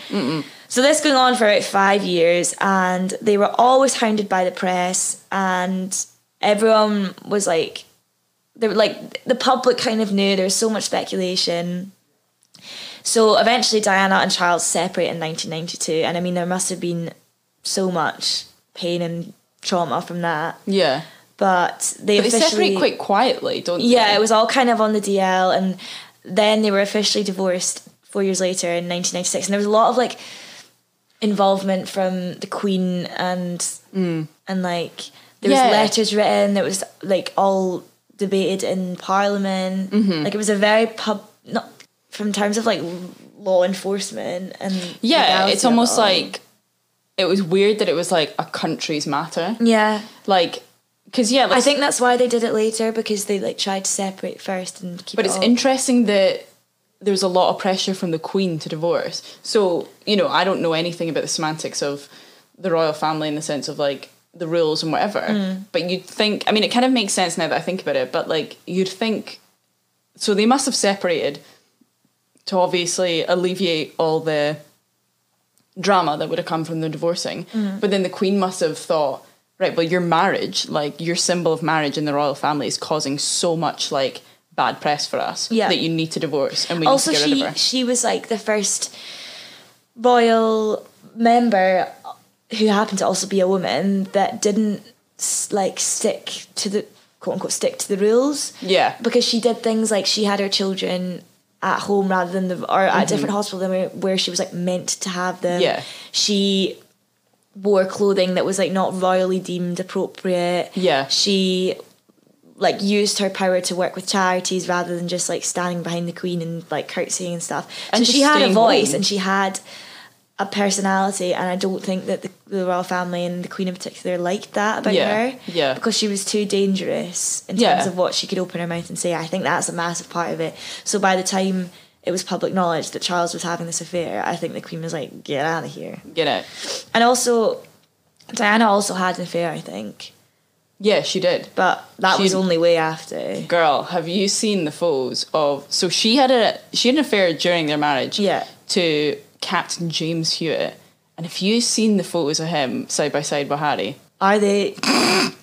S3: So this going on for about five years, and they were always hounded by the press, and everyone was like, they were like the public kind of knew there was so much speculation. So eventually, Diana and Charles separate in 1992, and I mean there must have been so much pain and trauma from that.
S2: Yeah.
S3: But they,
S2: But they
S3: officially
S2: separate quite quietly, don't they?
S3: yeah, it was all kind of on the DL, and then they were officially divorced four years later in 1996. And there was a lot of like involvement from the Queen and and like there
S2: Mm. Yeah.
S3: was letters written. There was like all debated in Parliament.
S2: Mm-hmm.
S3: Like it was a very pub not from terms of like law enforcement and
S2: Yeah,
S3: legality
S2: it's
S3: of
S2: almost
S3: it all.
S2: like it was weird that it was like a country's matter.
S3: yeah.
S2: Like, because yeah, like,
S3: I think that's why they did it later because they like tried to separate first and keep.
S2: But
S3: it
S2: it's
S3: all-
S2: interesting that there's a lot of pressure from the Queen to divorce. So, you know, I don't know anything about the semantics of the royal family in the sense of like the rules and whatever.
S3: Mm.
S2: But you'd think, I mean, it kind of makes sense now that I think about it, but like you'd think, so they must have separated to obviously alleviate all the drama that would have come from the divorcing.
S3: Mm.
S2: But then the Queen must have thought, right, well, your marriage, like your symbol of marriage in the royal family, is causing so much like bad press for us
S3: Yeah.
S2: that you need to divorce and we
S3: also
S2: need to get
S3: she
S2: rid of her.
S3: she was like the first royal member who happened to also be a woman that didn't s- like stick to the quote unquote stick to the rules
S2: Yeah.
S3: because she did things like she had her children at home rather than the or at a different hospital than where, where she was like meant to have them
S2: Mm-hmm. Yeah.
S3: she wore clothing that was like not royally deemed appropriate
S2: Yeah.
S3: she like used her power to work with charities rather than just like standing behind the queen and like curtsying and stuff.
S2: And
S3: so
S2: just
S3: she had a
S2: staying
S3: voice
S2: home.
S3: and she had a personality, and I don't think that the, the royal family and the queen in particular liked that about
S2: Yeah,
S3: her.
S2: yeah.
S3: because she was too dangerous in
S2: Yeah.
S3: terms of what she could open her mouth and say. I think that's a massive part of it. So by the time it was public knowledge that Charles was having this affair, I think the queen was like, "Get out of here."
S2: Get out.
S3: And also, Diana also had an affair, I think,
S2: Yeah, she did.
S3: but that
S2: She-
S3: was only way after.
S2: Girl, have you seen the photos of so she had a she had an affair during their marriage
S3: Yeah.
S2: to Captain James Hewitt. And if you've seen the photos of him side by side with Harry,
S3: Are they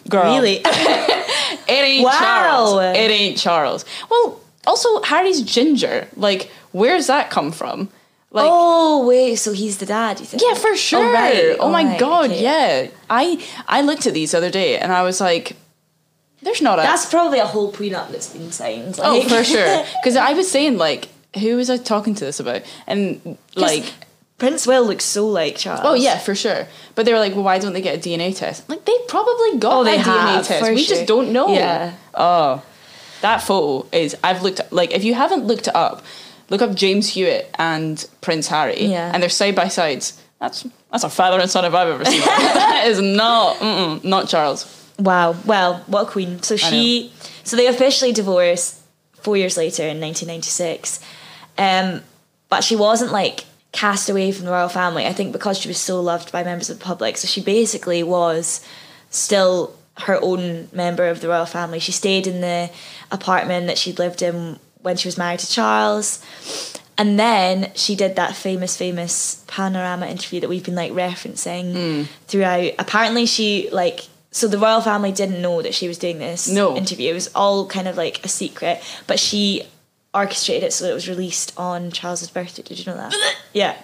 S2: girl,
S3: really?
S2: It ain't
S3: Wow.
S2: Charles. It ain't Charles. Well, also Harry's ginger. Like, where's that come from? Like,
S3: oh wait, so he's the dad? You think?
S2: yeah, for sure.
S3: Oh, right.
S2: Oh, my
S3: Alright,
S2: god,
S3: okay.
S2: yeah. I I looked at these the other day and I was like, there's not a
S3: That's probably a whole prenup that's been signed.
S2: oh
S3: like-
S2: for sure. Because I was saying like, who was I talking to this about? And like.
S3: Prince Will looks so like Charles.
S2: Oh yeah, for sure. But they were like, "Well, why don't they get a DNA test?" Like they probably got
S3: Oh, they
S2: a
S3: have,
S2: DNA test.
S3: for
S2: We
S3: sure.
S2: just don't know.
S3: Yeah.
S2: Oh, that photo is. I've looked like if you haven't looked it up, look up James Hewitt and Prince Harry.
S3: Yeah.
S2: And they're side by sides. That's that's a father and son if I've ever seen. one. that is not mm-mm, not Charles.
S3: Wow. Well, what a queen. So she. So they officially divorced four years later in 1996, um, but she wasn't like cast away from the royal family. I think because she was so loved by members of the public, so she basically was still her own member of the royal family. She stayed in the apartment that she'd lived in when she was married to Charles. And then she did that famous, famous panorama interview that we've been like referencing
S2: Hmm.
S3: throughout. Apparently, she like so the royal family didn't know that she was doing this
S2: No.
S3: interview. It was all kind of like a secret, but she orchestrated it so that it was released on Charles's birthday. Did you know that? yeah.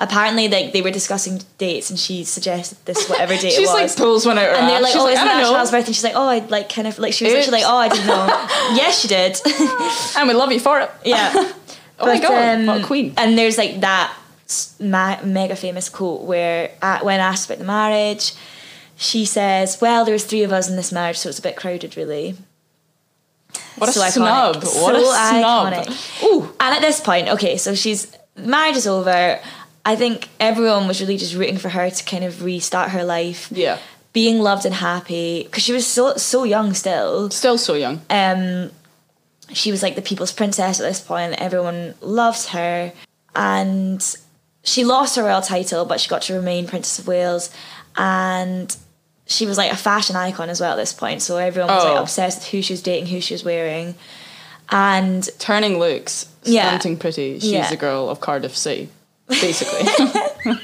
S3: Apparently, like they were discussing dates, and she suggested this whatever date it
S2: She's
S3: was.
S2: like pulls one out. her
S3: and they're
S2: ass.
S3: like,
S2: Uh, She's
S3: "Oh, isn't
S2: I
S3: that
S2: don't
S3: Charles'
S2: know.
S3: birthday?" And she's like, "Oh, I like kind of like." She was literally
S2: Oops.
S3: like, "Oh, I didn't know." yes, she did.
S2: And we love you for it.
S3: yeah.
S2: Oh my
S3: But,
S2: god,
S3: um,
S2: what a queen.
S3: And there's like that s- ma- mega famous quote where uh, when asked about the marriage, she says, "Well, there was three of us in this marriage, so it's a bit crowded, really."
S2: What a
S3: so iconic.
S2: snub. What
S3: So
S2: a snub.
S3: iconic. And at this point, okay, so she's marriage is over. I think everyone was really just rooting for her to kind of restart her life.
S2: Yeah.
S3: Being loved and happy because she was so so young still.
S2: Still so young.
S3: Um, she was like the people's princess at this point. Everyone loves her, and she lost her royal title, but she got to remain Princess of Wales, and she was like a fashion icon as well at this point. So everyone was
S2: Oh.
S3: like obsessed with who she was dating, who she was wearing, and
S2: Turning looks,
S3: Yeah.
S2: stunting pretty. She's
S3: Yeah.
S2: the girl of Cardiff City, basically.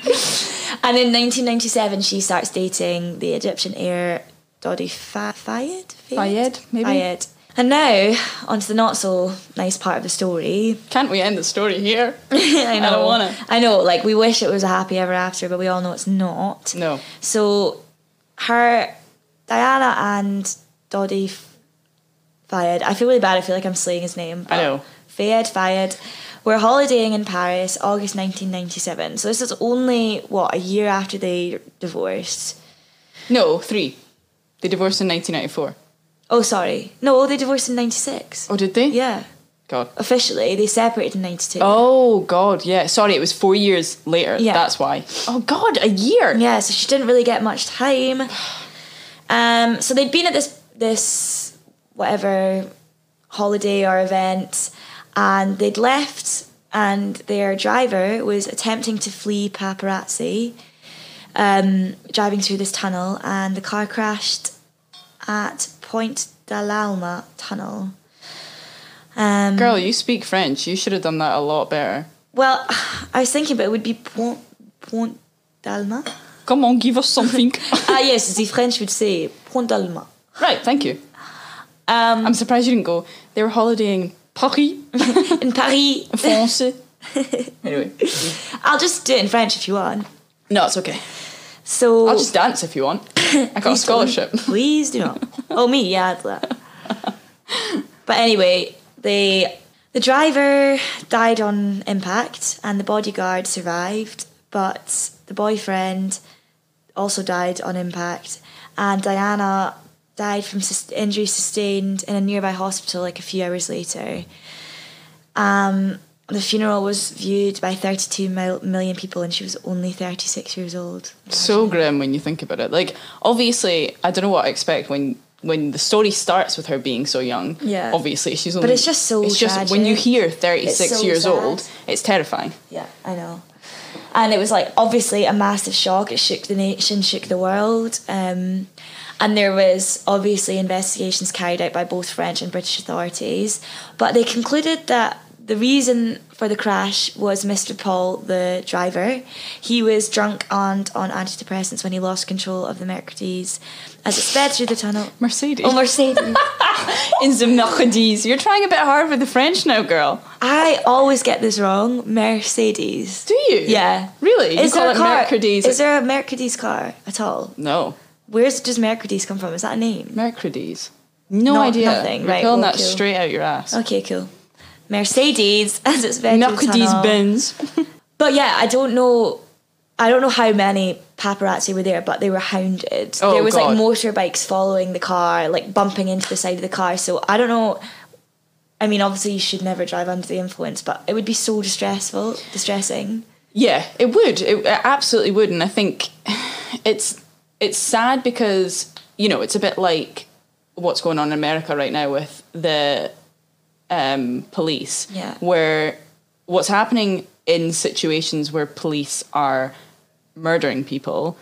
S3: And in 1997, she starts dating the Egyptian heir Dodi Fa- Fayed?
S2: Fayed, maybe?
S3: Fayed. And now, onto the not so nice part of the story.
S2: Can't we end the story here?
S3: I know.
S2: don't wanna.
S3: I know, like, we wish it was a happy ever after, but we all know it's not.
S2: No.
S3: So, her, Diana and Dodi F- Fayed, I feel really bad, I feel like I'm saying his name.
S2: I
S3: but
S2: know.
S3: Fayed, Fayed, were holidaying in Paris, August 1997. So, this is only, what, a year after they divorced?
S2: No, three. They divorced in 1994.
S3: Oh, sorry. No, they divorced in 96.
S2: Oh, did they?
S3: Yeah.
S2: God.
S3: Officially, they separated in 92.
S2: Oh, God, yeah. Sorry, it was four years later.
S3: Yeah.
S2: That's why. Oh, God, a year.
S3: Yeah, so she didn't really get much time. Um, so they'd been at this this whatever holiday or event, and they'd left, and their driver was attempting to flee paparazzi, um, driving through this tunnel, and the car crashed at Point Dalalma Tunnel. Um,
S2: Girl, you speak French. You should have done that a lot better.
S3: Well, I was thinking, but it would be Point, Point d'Alma.
S2: Come on, give us something.
S3: ah, yes, the French would say Point d'Alma.
S2: right, thank you.
S3: Um,
S2: I'm surprised you didn't go. They were holidaying in Paris,
S3: in Paris.
S2: France. anyway.
S3: I'll just do it in French if you want.
S2: No, it's okay.
S3: So
S2: I'll just dance if you want. I got a
S3: Please don't.
S2: scholarship.
S3: Please do not. Oh me, yeah, I'd that. But anyway, they the driver died on impact, and the bodyguard survived, but the boyfriend also died on impact, and Diana died from sus- injuries sustained in a nearby hospital like a few hours later. Um, the funeral was viewed by 32 mil- million people, and she was only 36 years old.
S2: so grim when you think about it. Like obviously, I don't know what I expect when when the story starts with her being so young.
S3: Yeah.
S2: Obviously, she's only.
S3: it's just so
S2: It's just when you
S3: tragic.
S2: hear thirty six
S3: It's so
S2: years
S3: sad.
S2: old, it's terrifying.
S3: Yeah, I know. And it was like obviously a massive shock. It shook the nation, shook the world. Um, and there was obviously investigations carried out by both French and British authorities, but they concluded that the reason for the crash was Mr. Paul, the driver. He was drunk and on antidepressants when he lost control of the Mercedes as it sped through the tunnel.
S2: Mercedes.
S3: Oh, Mercedes.
S2: In the Mercedes, you're trying a bit hard with the French now, girl.
S3: I always get this wrong. Mercedes.
S2: Do you?
S3: Yeah.
S2: Really? you
S3: Is
S2: call
S3: there a
S2: it
S3: car?
S2: Mercedes?
S3: Is there a Mercedes car at all?
S2: no,
S3: Where's does Mercedes come from? Is that a name?
S2: Mercedes. No,
S3: No,
S2: idea.
S3: nothing.
S2: You're
S3: Right,
S2: pulling
S3: we'll
S2: that
S3: kill.
S2: straight out your ass.
S3: Okay, cool. Mercedes as it's been
S2: Mercedes Benz.
S3: But yeah, I don't know. I don't know how many paparazzi were there, but they were hounded.
S2: Oh,
S3: there was
S2: God.
S3: like motorbikes following the car, like bumping into the side of the car. So I don't know. I mean, obviously you should never drive under the influence, but it would be so distressful, distressing.
S2: Yeah, it would. It, it absolutely would, and I think it's it's sad because you know it's a bit like what's going on in America right now with the um, police,
S3: Yeah.
S2: where what's happening in situations where police are murdering people,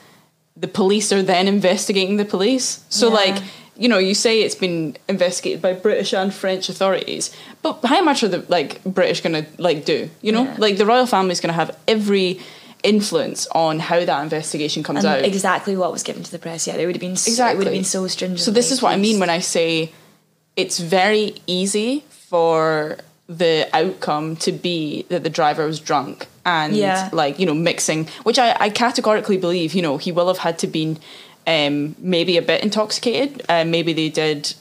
S2: the police are then investigating the police. So
S3: Yeah.
S2: like you know, you say it's been investigated by British and French authorities, but how much are the like British going to like do? You know,
S3: Yeah.
S2: like the royal family's going to have every influence on how that investigation comes
S3: And
S2: out.
S3: exactly what was given to the press. Yeah, they would have been so, It would have been so stringent.
S2: So this is what I mean when I say it's very easy for the outcome to be that the driver was drunk and
S3: Yeah.
S2: like you know mixing, which I, I categorically believe you know he will have had to been um, maybe a bit intoxicated. Uh, maybe they did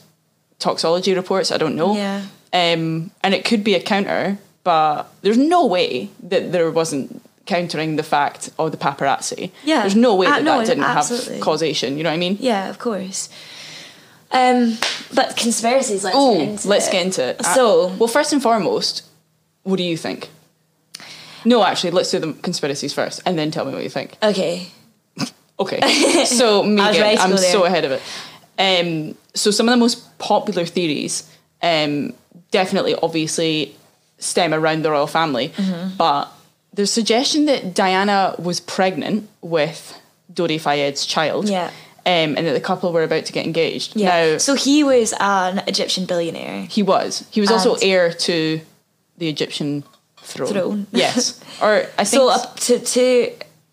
S2: toxology reports. I don't know.
S3: Yeah.
S2: Um, and it could be a counter, but there's no way that there wasn't countering the fact of the paparazzi.
S3: Yeah.
S2: There's no way
S3: Ah,
S2: that
S3: no,
S2: that didn't
S3: absolutely.
S2: have causation. You know what I mean?
S3: Yeah, of course. Um, but conspiracies. Let's
S2: Oh,
S3: get into
S2: let's
S3: it.
S2: get into it. I-
S3: So-
S2: well, first and foremost, what do you think? No, actually, let's do the conspiracies first, and then tell me what you think.
S3: Okay.
S2: Okay, so
S3: ready
S2: Megan,
S3: to
S2: I'm
S3: go there.
S2: so ahead of it. Um, so some of the most popular theories, um, definitely, obviously, stem around the royal family,
S3: Mm-hmm.
S2: but there's suggestion that Diana was pregnant with Dodi Fayed's child,
S3: Yeah.
S2: um, and that the couple were about to get engaged.
S3: Yeah.
S2: Now,
S3: so he was an Egyptian billionaire.
S2: he was. He was also
S3: And-
S2: heir to the Egyptian throne.
S3: Throne.
S2: Yes. Or I think
S3: So up to to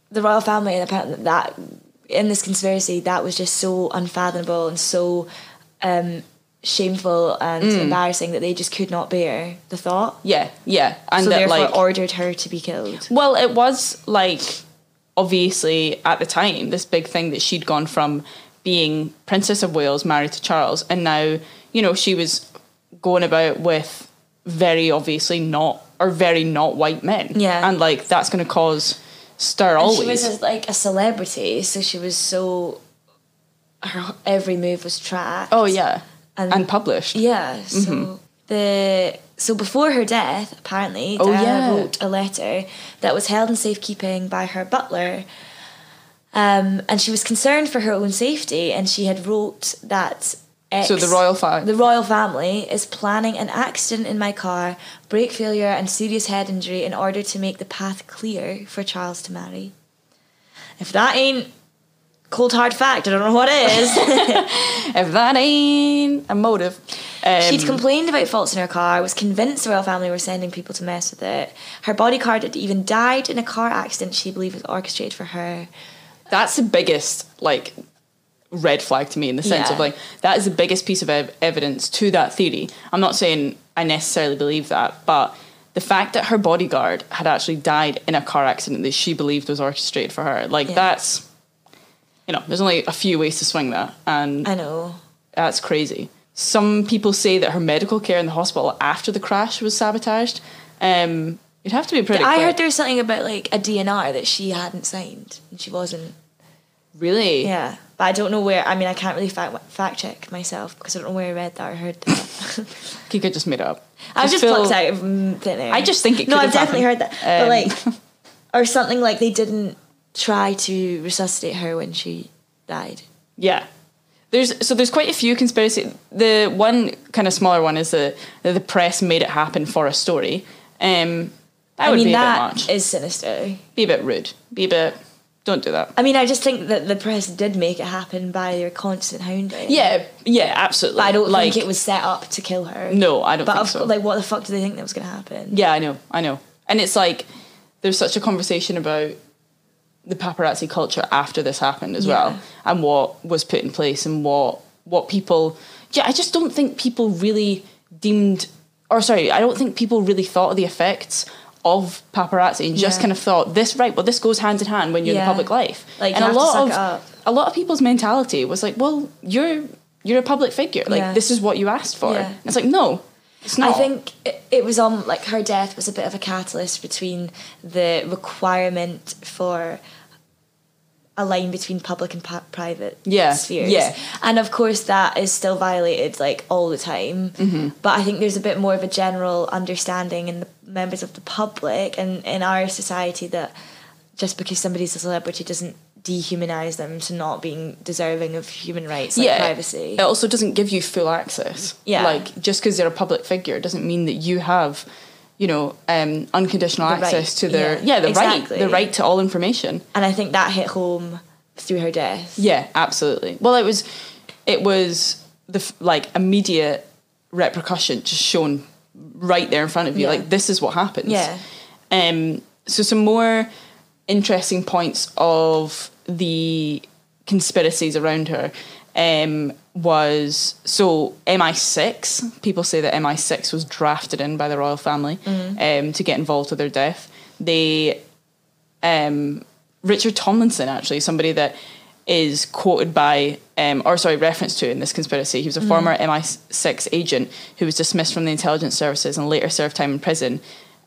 S3: the royal family, and apparently that in this conspiracy, that was just so unfathomable and so um, shameful and embarrassing that they just could not bear the thought.
S2: Mm. yeah, yeah, and
S3: so
S2: that
S3: therefore,
S2: like
S3: ordered her to be killed.
S2: well, it was like obviously at the time this big thing that she'd gone from being princess of Wales, married to Charles, and now you know she was going about with very obviously not or very not white men.
S3: Yeah.
S2: and like that's going to cause stir
S3: And
S2: always.
S3: She was like a celebrity, so she was so her every move was tracked.
S2: oh yeah,
S3: And-
S2: and, published.
S3: Yeah. So
S2: Mm-hmm.
S3: the so before her death, apparently,
S2: Oh,
S3: Diana
S2: yeah.
S3: wrote a letter that was held in safekeeping by her butler. Um, and she was concerned for her own safety, and she had wrote that. Ex,
S2: So the royal fa-
S3: the royal family is planning an accident in my car, brake failure, and serious head injury in order to make the path clear for Charles to marry. If that ain't cold hard fact, I don't know what is.
S2: If that ain't a motive, um,
S3: She'd complained about faults in her car, was convinced the royal family were sending people to mess with it. Her bodyguard had even died in a car accident she believed was orchestrated for her.
S2: that's the biggest like red flag to me in the sense of
S3: Yeah.
S2: like that is the biggest piece of ev- evidence to that theory. I'm not saying I necessarily believe that, but the fact that her bodyguard had actually died in a car accident that she believed was orchestrated for her, like
S3: Yeah.
S2: that's you know, there's only a few ways to swing that, and
S3: I know.
S2: that's crazy. Some people say that her medical care in the hospital after the crash was sabotaged. Um, you'd have to be pretty.
S3: I
S2: quick.
S3: heard there was something about like a DNR that she hadn't signed and she wasn't.
S2: really,
S3: Yeah. But I don't know where. I mean, I can't really fact, fact check myself because I don't know where I read that or heard that.
S2: Kika just made it up.
S3: I've just
S2: feel-
S3: plucked out of mm, thin air.
S2: I just think it
S3: No,
S2: could
S3: I've
S2: have
S3: definitely heard that.
S2: happened.
S3: but
S2: Um,
S3: like, or something like they didn't try to resuscitate her when she died.
S2: Yeah. There's so there's quite a few conspiracy. The one kind of smaller one is that that the press made it happen for a story. Um, that
S3: I
S2: would
S3: mean,
S2: be a bit
S3: that is
S2: much.
S3: sinister.
S2: be a bit rude. Be a bit. Don't do that.
S3: I mean, I just think that the press did make it happen by their constant hounding.
S2: Yeah, yeah, absolutely.
S3: But I don't
S2: like
S3: think it was set up to kill her.
S2: No, I don't
S3: But
S2: think
S3: of-
S2: so.
S3: like, what the fuck do they think that was going to happen?
S2: Yeah, I know, I know. And it's like there's such a conversation about the paparazzi culture after this happened as
S3: Yeah.
S2: well, and what was put in place and what what people. Yeah, I just don't think people really deemed, or sorry, I don't think people really thought of the effects of paparazzi and just
S3: Yeah.
S2: kind of thought this right. Well, this goes hand in hand when you're in
S3: Yeah.
S2: the public life,
S3: Like, you
S2: and
S3: have
S2: a
S3: to
S2: lot
S3: suck
S2: of
S3: it up.
S2: a lot of people's mentality was like, well, you're you're a public figure, like
S3: Yeah.
S2: this is what you asked for.
S3: Yeah.
S2: It's like no, it's
S3: I
S2: not.
S3: think it, it was on like her death was a bit of a catalyst between the requirement for a line between public and pa- private
S2: Yeah,
S3: spheres.
S2: yeah.
S3: And of course that is still violated like all the time.
S2: Mm-hmm.
S3: But I think there's a bit more of a general understanding in the members of the public and in our society that just because somebody's a celebrity doesn't dehumanize them to not being deserving of human rights like privacy.
S2: It also doesn't give you full access.
S3: Yeah.
S2: Like just because they're a public figure doesn't mean that you have, you know, um, unconditional
S3: The right,
S2: access to their
S3: yeah,
S2: yeah, the
S3: exactly.
S2: right the right to all information.
S3: And I think that hit home through her death.
S2: Yeah, absolutely. Well, it was it was the f- like immediate repercussion just shown right there in front of you.
S3: Yeah.
S2: Like this is what happens.
S3: Yeah.
S2: Um. So some more interesting points of the conspiracies around her um, was so MI6. People say that MI6 was drafted in by the royal family
S3: Mm-hmm.
S2: um, to get involved with their death. They um, Richard Tomlinson, actually, somebody that is quoted by, um, or sorry, referenced to in this conspiracy. He was a former MI6 agent who was dismissed from the intelligence services and later served time in prison.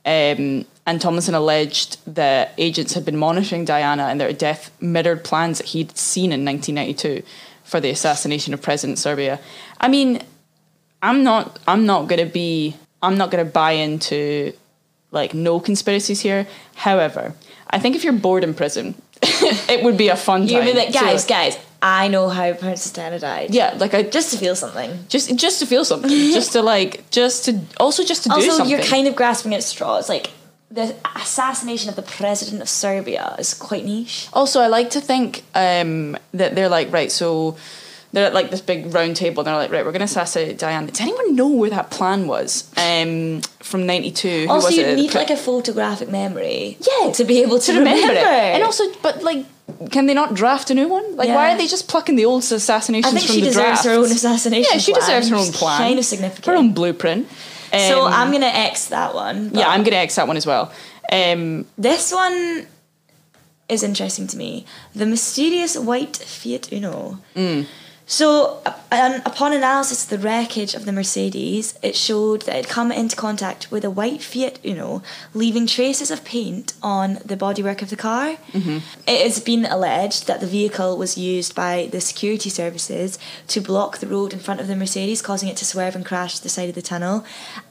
S2: Um, and And Tomlinson alleged that agents had been monitoring Diana and their death mirrored plans that he'd seen in 1992 for the assassination of President Serbia. I mean, I'm not I'm not gonna be I'm not gonna buy into like no conspiracies here. However, I think if you're bored in prison, it would be a fun
S3: You
S2: time.
S3: mean that,
S2: to-
S3: guys, guys, I know how Princess Diana died.
S2: yeah, like I just
S3: Just to feel something.
S2: just just to feel something, just to like just to also just to do
S3: also,
S2: something.
S3: you're kind of grasping at straws. Like, the assassination of the president of Serbia is quite niche.
S2: also, I like to think um, that they're like right, so they're at like this big round table. and They're like right, we're gonna assassinate Diane. Does anyone know where that plan was um, from '92?
S3: also,
S2: was
S3: you
S2: it?
S3: need
S2: Pre-
S3: like a photographic memory.
S2: Yeah,
S3: To be able to,
S2: to remember, it. And also, but like, can they not draft a new one? Like, why
S3: Yeah.
S2: are they just plucking the old assassinations
S3: I think
S2: from
S3: she
S2: the
S3: deserves
S2: draft?
S3: her own assassination.
S2: yeah, she
S3: plan.
S2: deserves her own
S3: She's
S2: plan.
S3: Kind of significant.
S2: Her own blueprint.
S3: so
S2: Um,
S3: I'm gonna X that one.
S2: yeah,
S3: but
S2: I'm gonna X that one as well. Um,
S3: This one is interesting to me. The mysterious white Fiat Uno. So, uh, um, upon analysis of the wreckage of the Mercedes, it showed that it had come into contact with a white Fiat Uno, leaving traces of paint on the bodywork of the car. It has been alleged that the vehicle was used by the security services to block the road in front of the Mercedes, causing it to swerve and crash to the side of the tunnel.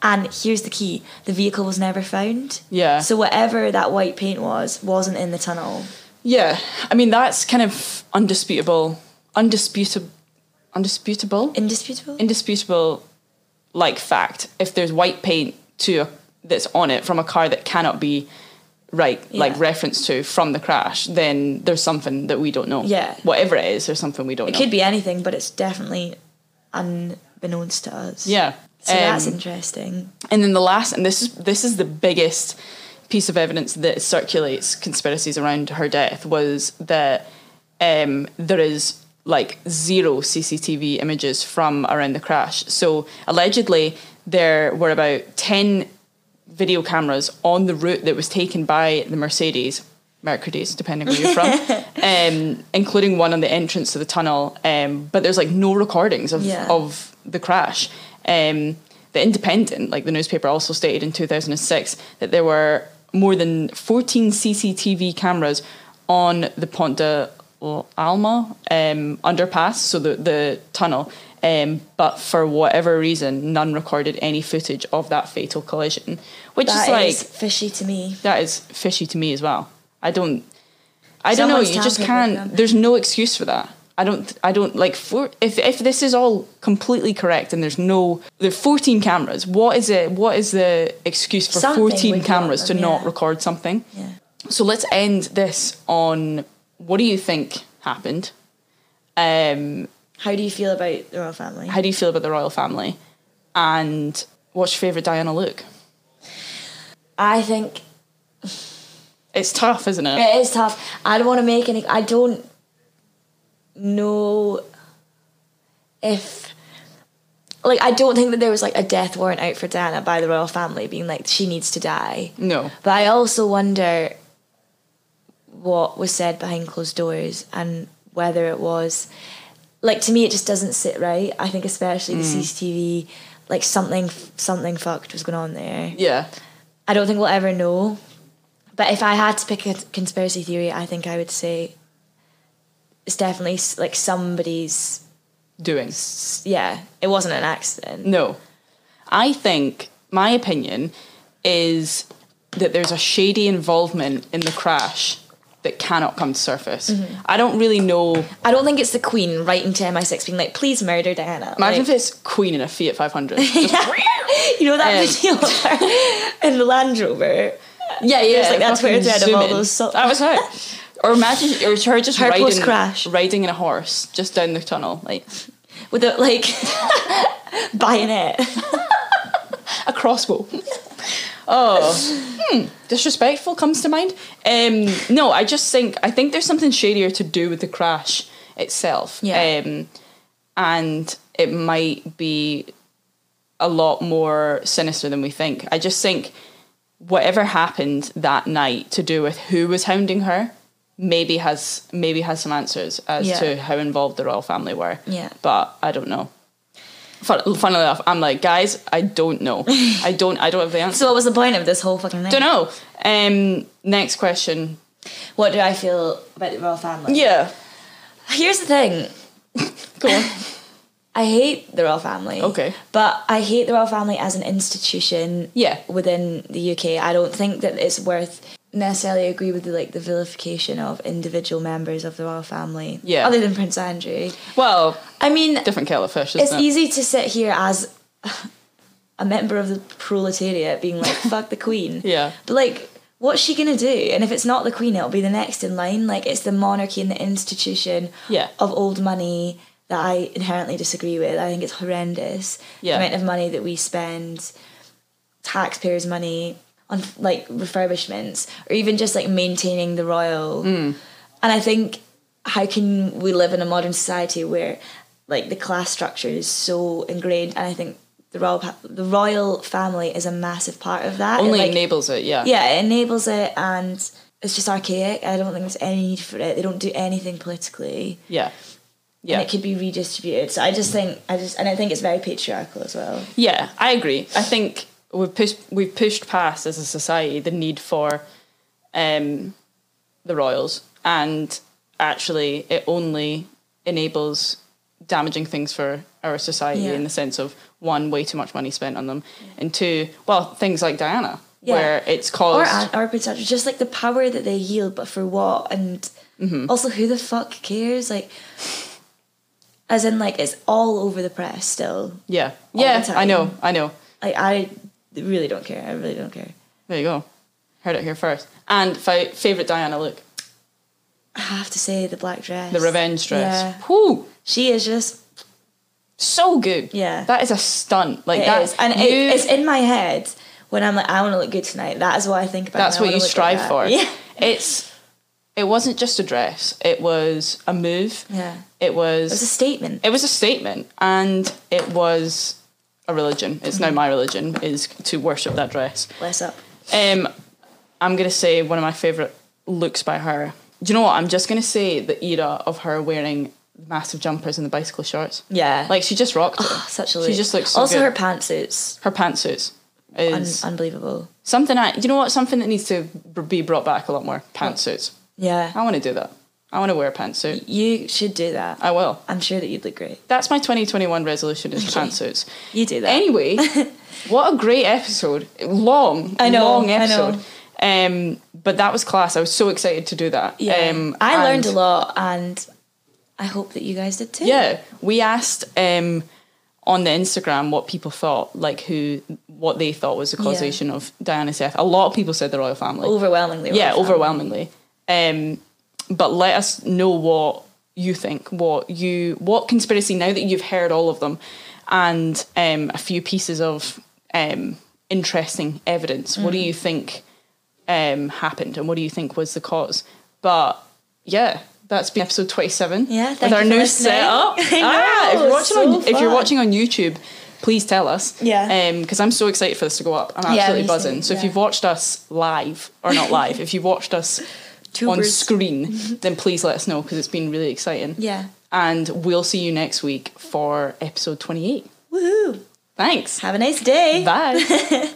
S3: And here's the key the vehicle was never found.
S2: Yeah.
S3: So, whatever that white paint was, wasn't in the tunnel.
S2: yeah, I mean that's kind of undisputable, undisputable, undisputable,
S3: Indisputable?
S2: indisputable, like fact. If there's white paint to a, that's on it from a car that cannot be right, like
S3: Yeah.
S2: referenced to from the crash, then there's something that we don't know.
S3: Yeah.
S2: whatever it is, there's something we don't
S3: It
S2: know.
S3: could be anything, but it's definitely unbeknownst to us.
S2: yeah,
S3: So that's
S2: Um,
S3: interesting.
S2: And then the last, and this is this is the biggest piece of evidence that circulates conspiracies around her death was that um, there is like zero CCTV images from around the crash. So allegedly there were about ten video cameras on the route that was taken by the Mercedes, Mercedes, depending where you're from, um, including one on the entrance to the tunnel. Um, but there's like no recordings of,
S3: Yeah.
S2: of the crash. Um, the Independent, like the newspaper, also stated in 2006 that there were more than 14 CCTV cameras on the Ponte de Alma um, underpass, so the, the tunnel. Um, but for whatever reason, none recorded any footage of that fatal collision, which is
S3: That
S2: like
S3: is fishy to me.
S2: that is fishy to me as well. I don't, I don't know.
S3: Someone's
S2: You just
S3: tampered with
S2: can't.
S3: them.
S2: There's no excuse for that. I don't. I don't like for if if this is all completely correct and there's no there are 14 cameras. What is it? What is the excuse for
S3: Something
S2: 14
S3: would
S2: cameras
S3: help
S2: to
S3: them,
S2: not
S3: yeah.
S2: record something?
S3: Yeah.
S2: So let's end this on what do you think happened? Um,
S3: How do you feel about the royal family?
S2: how do you feel about the royal family? And what's your favorite Diana look?
S3: I think
S2: It's tough, isn't it?
S3: it is tough. I don't want to make any. I don't know if. Like, I don't think that there was like a death warrant out for Dana by the royal family being like, she needs to die.
S2: No.
S3: But I also wonder what was said behind closed doors and whether it was like to me it just doesn't sit right. I think especially
S2: Hmm.
S3: the CCTV like something something fucked was going on there.
S2: Yeah.
S3: I don't think we'll ever know. But if I had to pick a conspiracy theory, I think I would say it's definitely s- like somebody's
S2: Doing.
S3: s- yeah, it wasn't an accident.
S2: No. I think my opinion is that there's a shady involvement in the crash that cannot come to surface. I don't really know.
S3: I don't think it's the queen writing to MI6 being like please murder Diana.
S2: Imagine if
S3: Like-
S2: it's Queen in a Fiat 500. Just-
S3: you know that
S2: Um,
S3: video of her in the Land Rover.
S2: yeah, yeah.
S3: like that
S2: fucking
S3: Twitter thread of
S2: zoom
S3: all
S2: in.
S3: those so-
S2: That was her. Or imagine, or it's her just
S3: Her
S2: riding,
S3: post-crash.
S2: riding in a horse just down the tunnel, like
S3: with a like bayonet.
S2: a crossbow. oh, hmm, disrespectful comes to mind. Um, no, I just think I think there's something shadier to do with the crash itself.
S3: Yeah.
S2: Um, and it might be a lot more sinister than we think. I just think whatever happened that night to do with who was hounding her maybe has maybe has some answers as
S3: Yeah.
S2: to how involved the royal family were.
S3: Yeah.
S2: But I don't know. Fun, funnily enough, I'm like, guys, I don't know. I don't. I don't have the answer.
S3: So what was the point of this whole fucking thing?
S2: don't know. Um, next question.
S3: What do I feel about the royal family?
S2: Yeah.
S3: Here's the thing.
S2: Go on.
S3: I hate the royal family.
S2: Okay.
S3: But I hate the royal family as an institution.
S2: Yeah.
S3: Within the UK, I don't think that it's worth necessarily agree with the like the vilification of individual members of the royal family.
S2: Yeah.
S3: Other than Prince Andrew.
S2: Well,
S3: I mean,
S2: different kettle of fish, isn't
S3: it's
S2: it?
S3: easy to sit here as a member of the proletariat being like fuck the queen
S2: Yeah.
S3: but like what's she gonna do and if it's not the queen it'll be the next in line like it's the monarchy and the institution
S2: Yeah.
S3: of old money that i inherently disagree with i think it's horrendous
S2: Yeah.
S3: the amount of money that we spend taxpayers money on like refurbishments or even just like maintaining the royal
S2: Mm.
S3: and I think how can we live in a modern society where like the class structure is so ingrained and I think the royal pa- the royal family is a massive part of that. It,
S2: Only
S3: like,
S2: enables it, yeah.
S3: yeah, it enables it and it's just archaic. I don't think there's any need for it. They don't do anything politically.
S2: Yeah.
S3: And
S2: Yeah.
S3: it could be redistributed. So I just think I just and I think it's very patriarchal as well.
S2: Yeah, I agree. I think we've pushed we've pushed past as a society the need for um, the royals, and actually, it only enables damaging things for our society
S3: Yeah.
S2: in the sense of one, way too much money spent on them, and two, well, things like Diana,
S3: Yeah.
S2: where it's
S3: Or
S2: caused.
S3: an- or Prince Andrew, just like the power that they yield, but for what? And
S2: Mm-hmm.
S3: also, who the fuck cares? Like, as in, like it's all over the press still.
S2: yeah,
S3: all
S2: yeah,
S3: the
S2: I know,
S3: time.
S2: I know.
S3: Like, I really don't care. I really don't care.
S2: There you go. Heard it here first. And fi- favorite Diana look,
S3: I have to say, the black dress,
S2: the revenge dress.
S3: Yeah.
S2: Whew.
S3: She is just
S2: so good.
S3: Yeah.
S2: that is a stunt. Like
S3: it
S2: that,
S3: is. and it,
S2: you-
S3: it's in my head when I'm like, I want to look good tonight. That is what I think about.
S2: that's
S3: when
S2: what you
S3: I wanna look
S2: strive
S3: like
S2: for.
S3: that. Yeah,
S2: It's it wasn't just a dress. It was a move.
S3: Yeah.
S2: It was
S3: it was a statement.
S2: it was a statement and it was a religion. It's
S3: Mm-hmm.
S2: now my religion is to worship that dress.
S3: Bless up.
S2: Um, I'm gonna say one of my favorite looks by her. Do you know what? I'm just gonna say the era of her wearing massive jumpers and the bicycle shorts.
S3: Yeah, Ah,
S2: Like she just rocked it.
S3: Oh, such
S2: she
S3: a. look.
S2: just looks so
S3: also
S2: good.
S3: her pantsuits,
S2: her pantsuits
S3: un-
S2: is
S3: unbelievable.
S2: something I. Do you know what? Something that needs to b- be brought back a lot more. Pantsuits.
S3: Yeah,
S2: I want to do that. I want to wear a pantsuit.
S3: You should do that.
S2: I will.
S3: I'm sure that you'd look great.
S2: That's my 2021 resolution is pantsuits.
S3: You do that.
S2: Anyway, what a great episode. Long,
S3: I know,
S2: long
S3: I know.
S2: episode. Um, but that was class. I was so excited to do that.
S3: yeah.
S2: Um,
S3: I learned
S2: and-
S3: a lot, and I hope that you guys did too.
S2: Yeah, we asked um, on the Instagram what people thought, like who, what they thought was the causation of Diana's death. A lot of people said the royal family.
S3: Overwhelmingly.
S2: yeah,
S3: well done.
S2: overwhelmingly. Um, but let us know what you think, what you, what conspiracy. Now that you've heard all of them, and um, a few pieces of um, interesting evidence, what do
S3: Mm.
S2: you think um, happened, and what do you think was the cause? But yeah. That's been episode twenty-seven.
S3: Yeah,
S2: with
S3: thank
S2: our
S3: you for
S2: new
S3: listening.
S2: setup.
S3: I
S2: ah, if
S3: know,
S2: you're
S3: it's
S2: watching
S3: so
S2: on if you're
S3: fun.
S2: watching on YouTube, please tell us.
S3: Yeah.
S2: because I'm so excited for this to go up. I'm
S3: Yeah,
S2: absolutely
S3: me too,
S2: buzzing. So if
S3: yeah.
S2: you've watched us live or not live, if you've watched us on
S3: Tubers.
S2: screen, then please let us know because it's been really exciting.
S3: Yeah.
S2: And we'll see you next week for episode 28.
S3: Woohoo!
S2: Thanks.
S3: Have a nice day.
S2: Bye.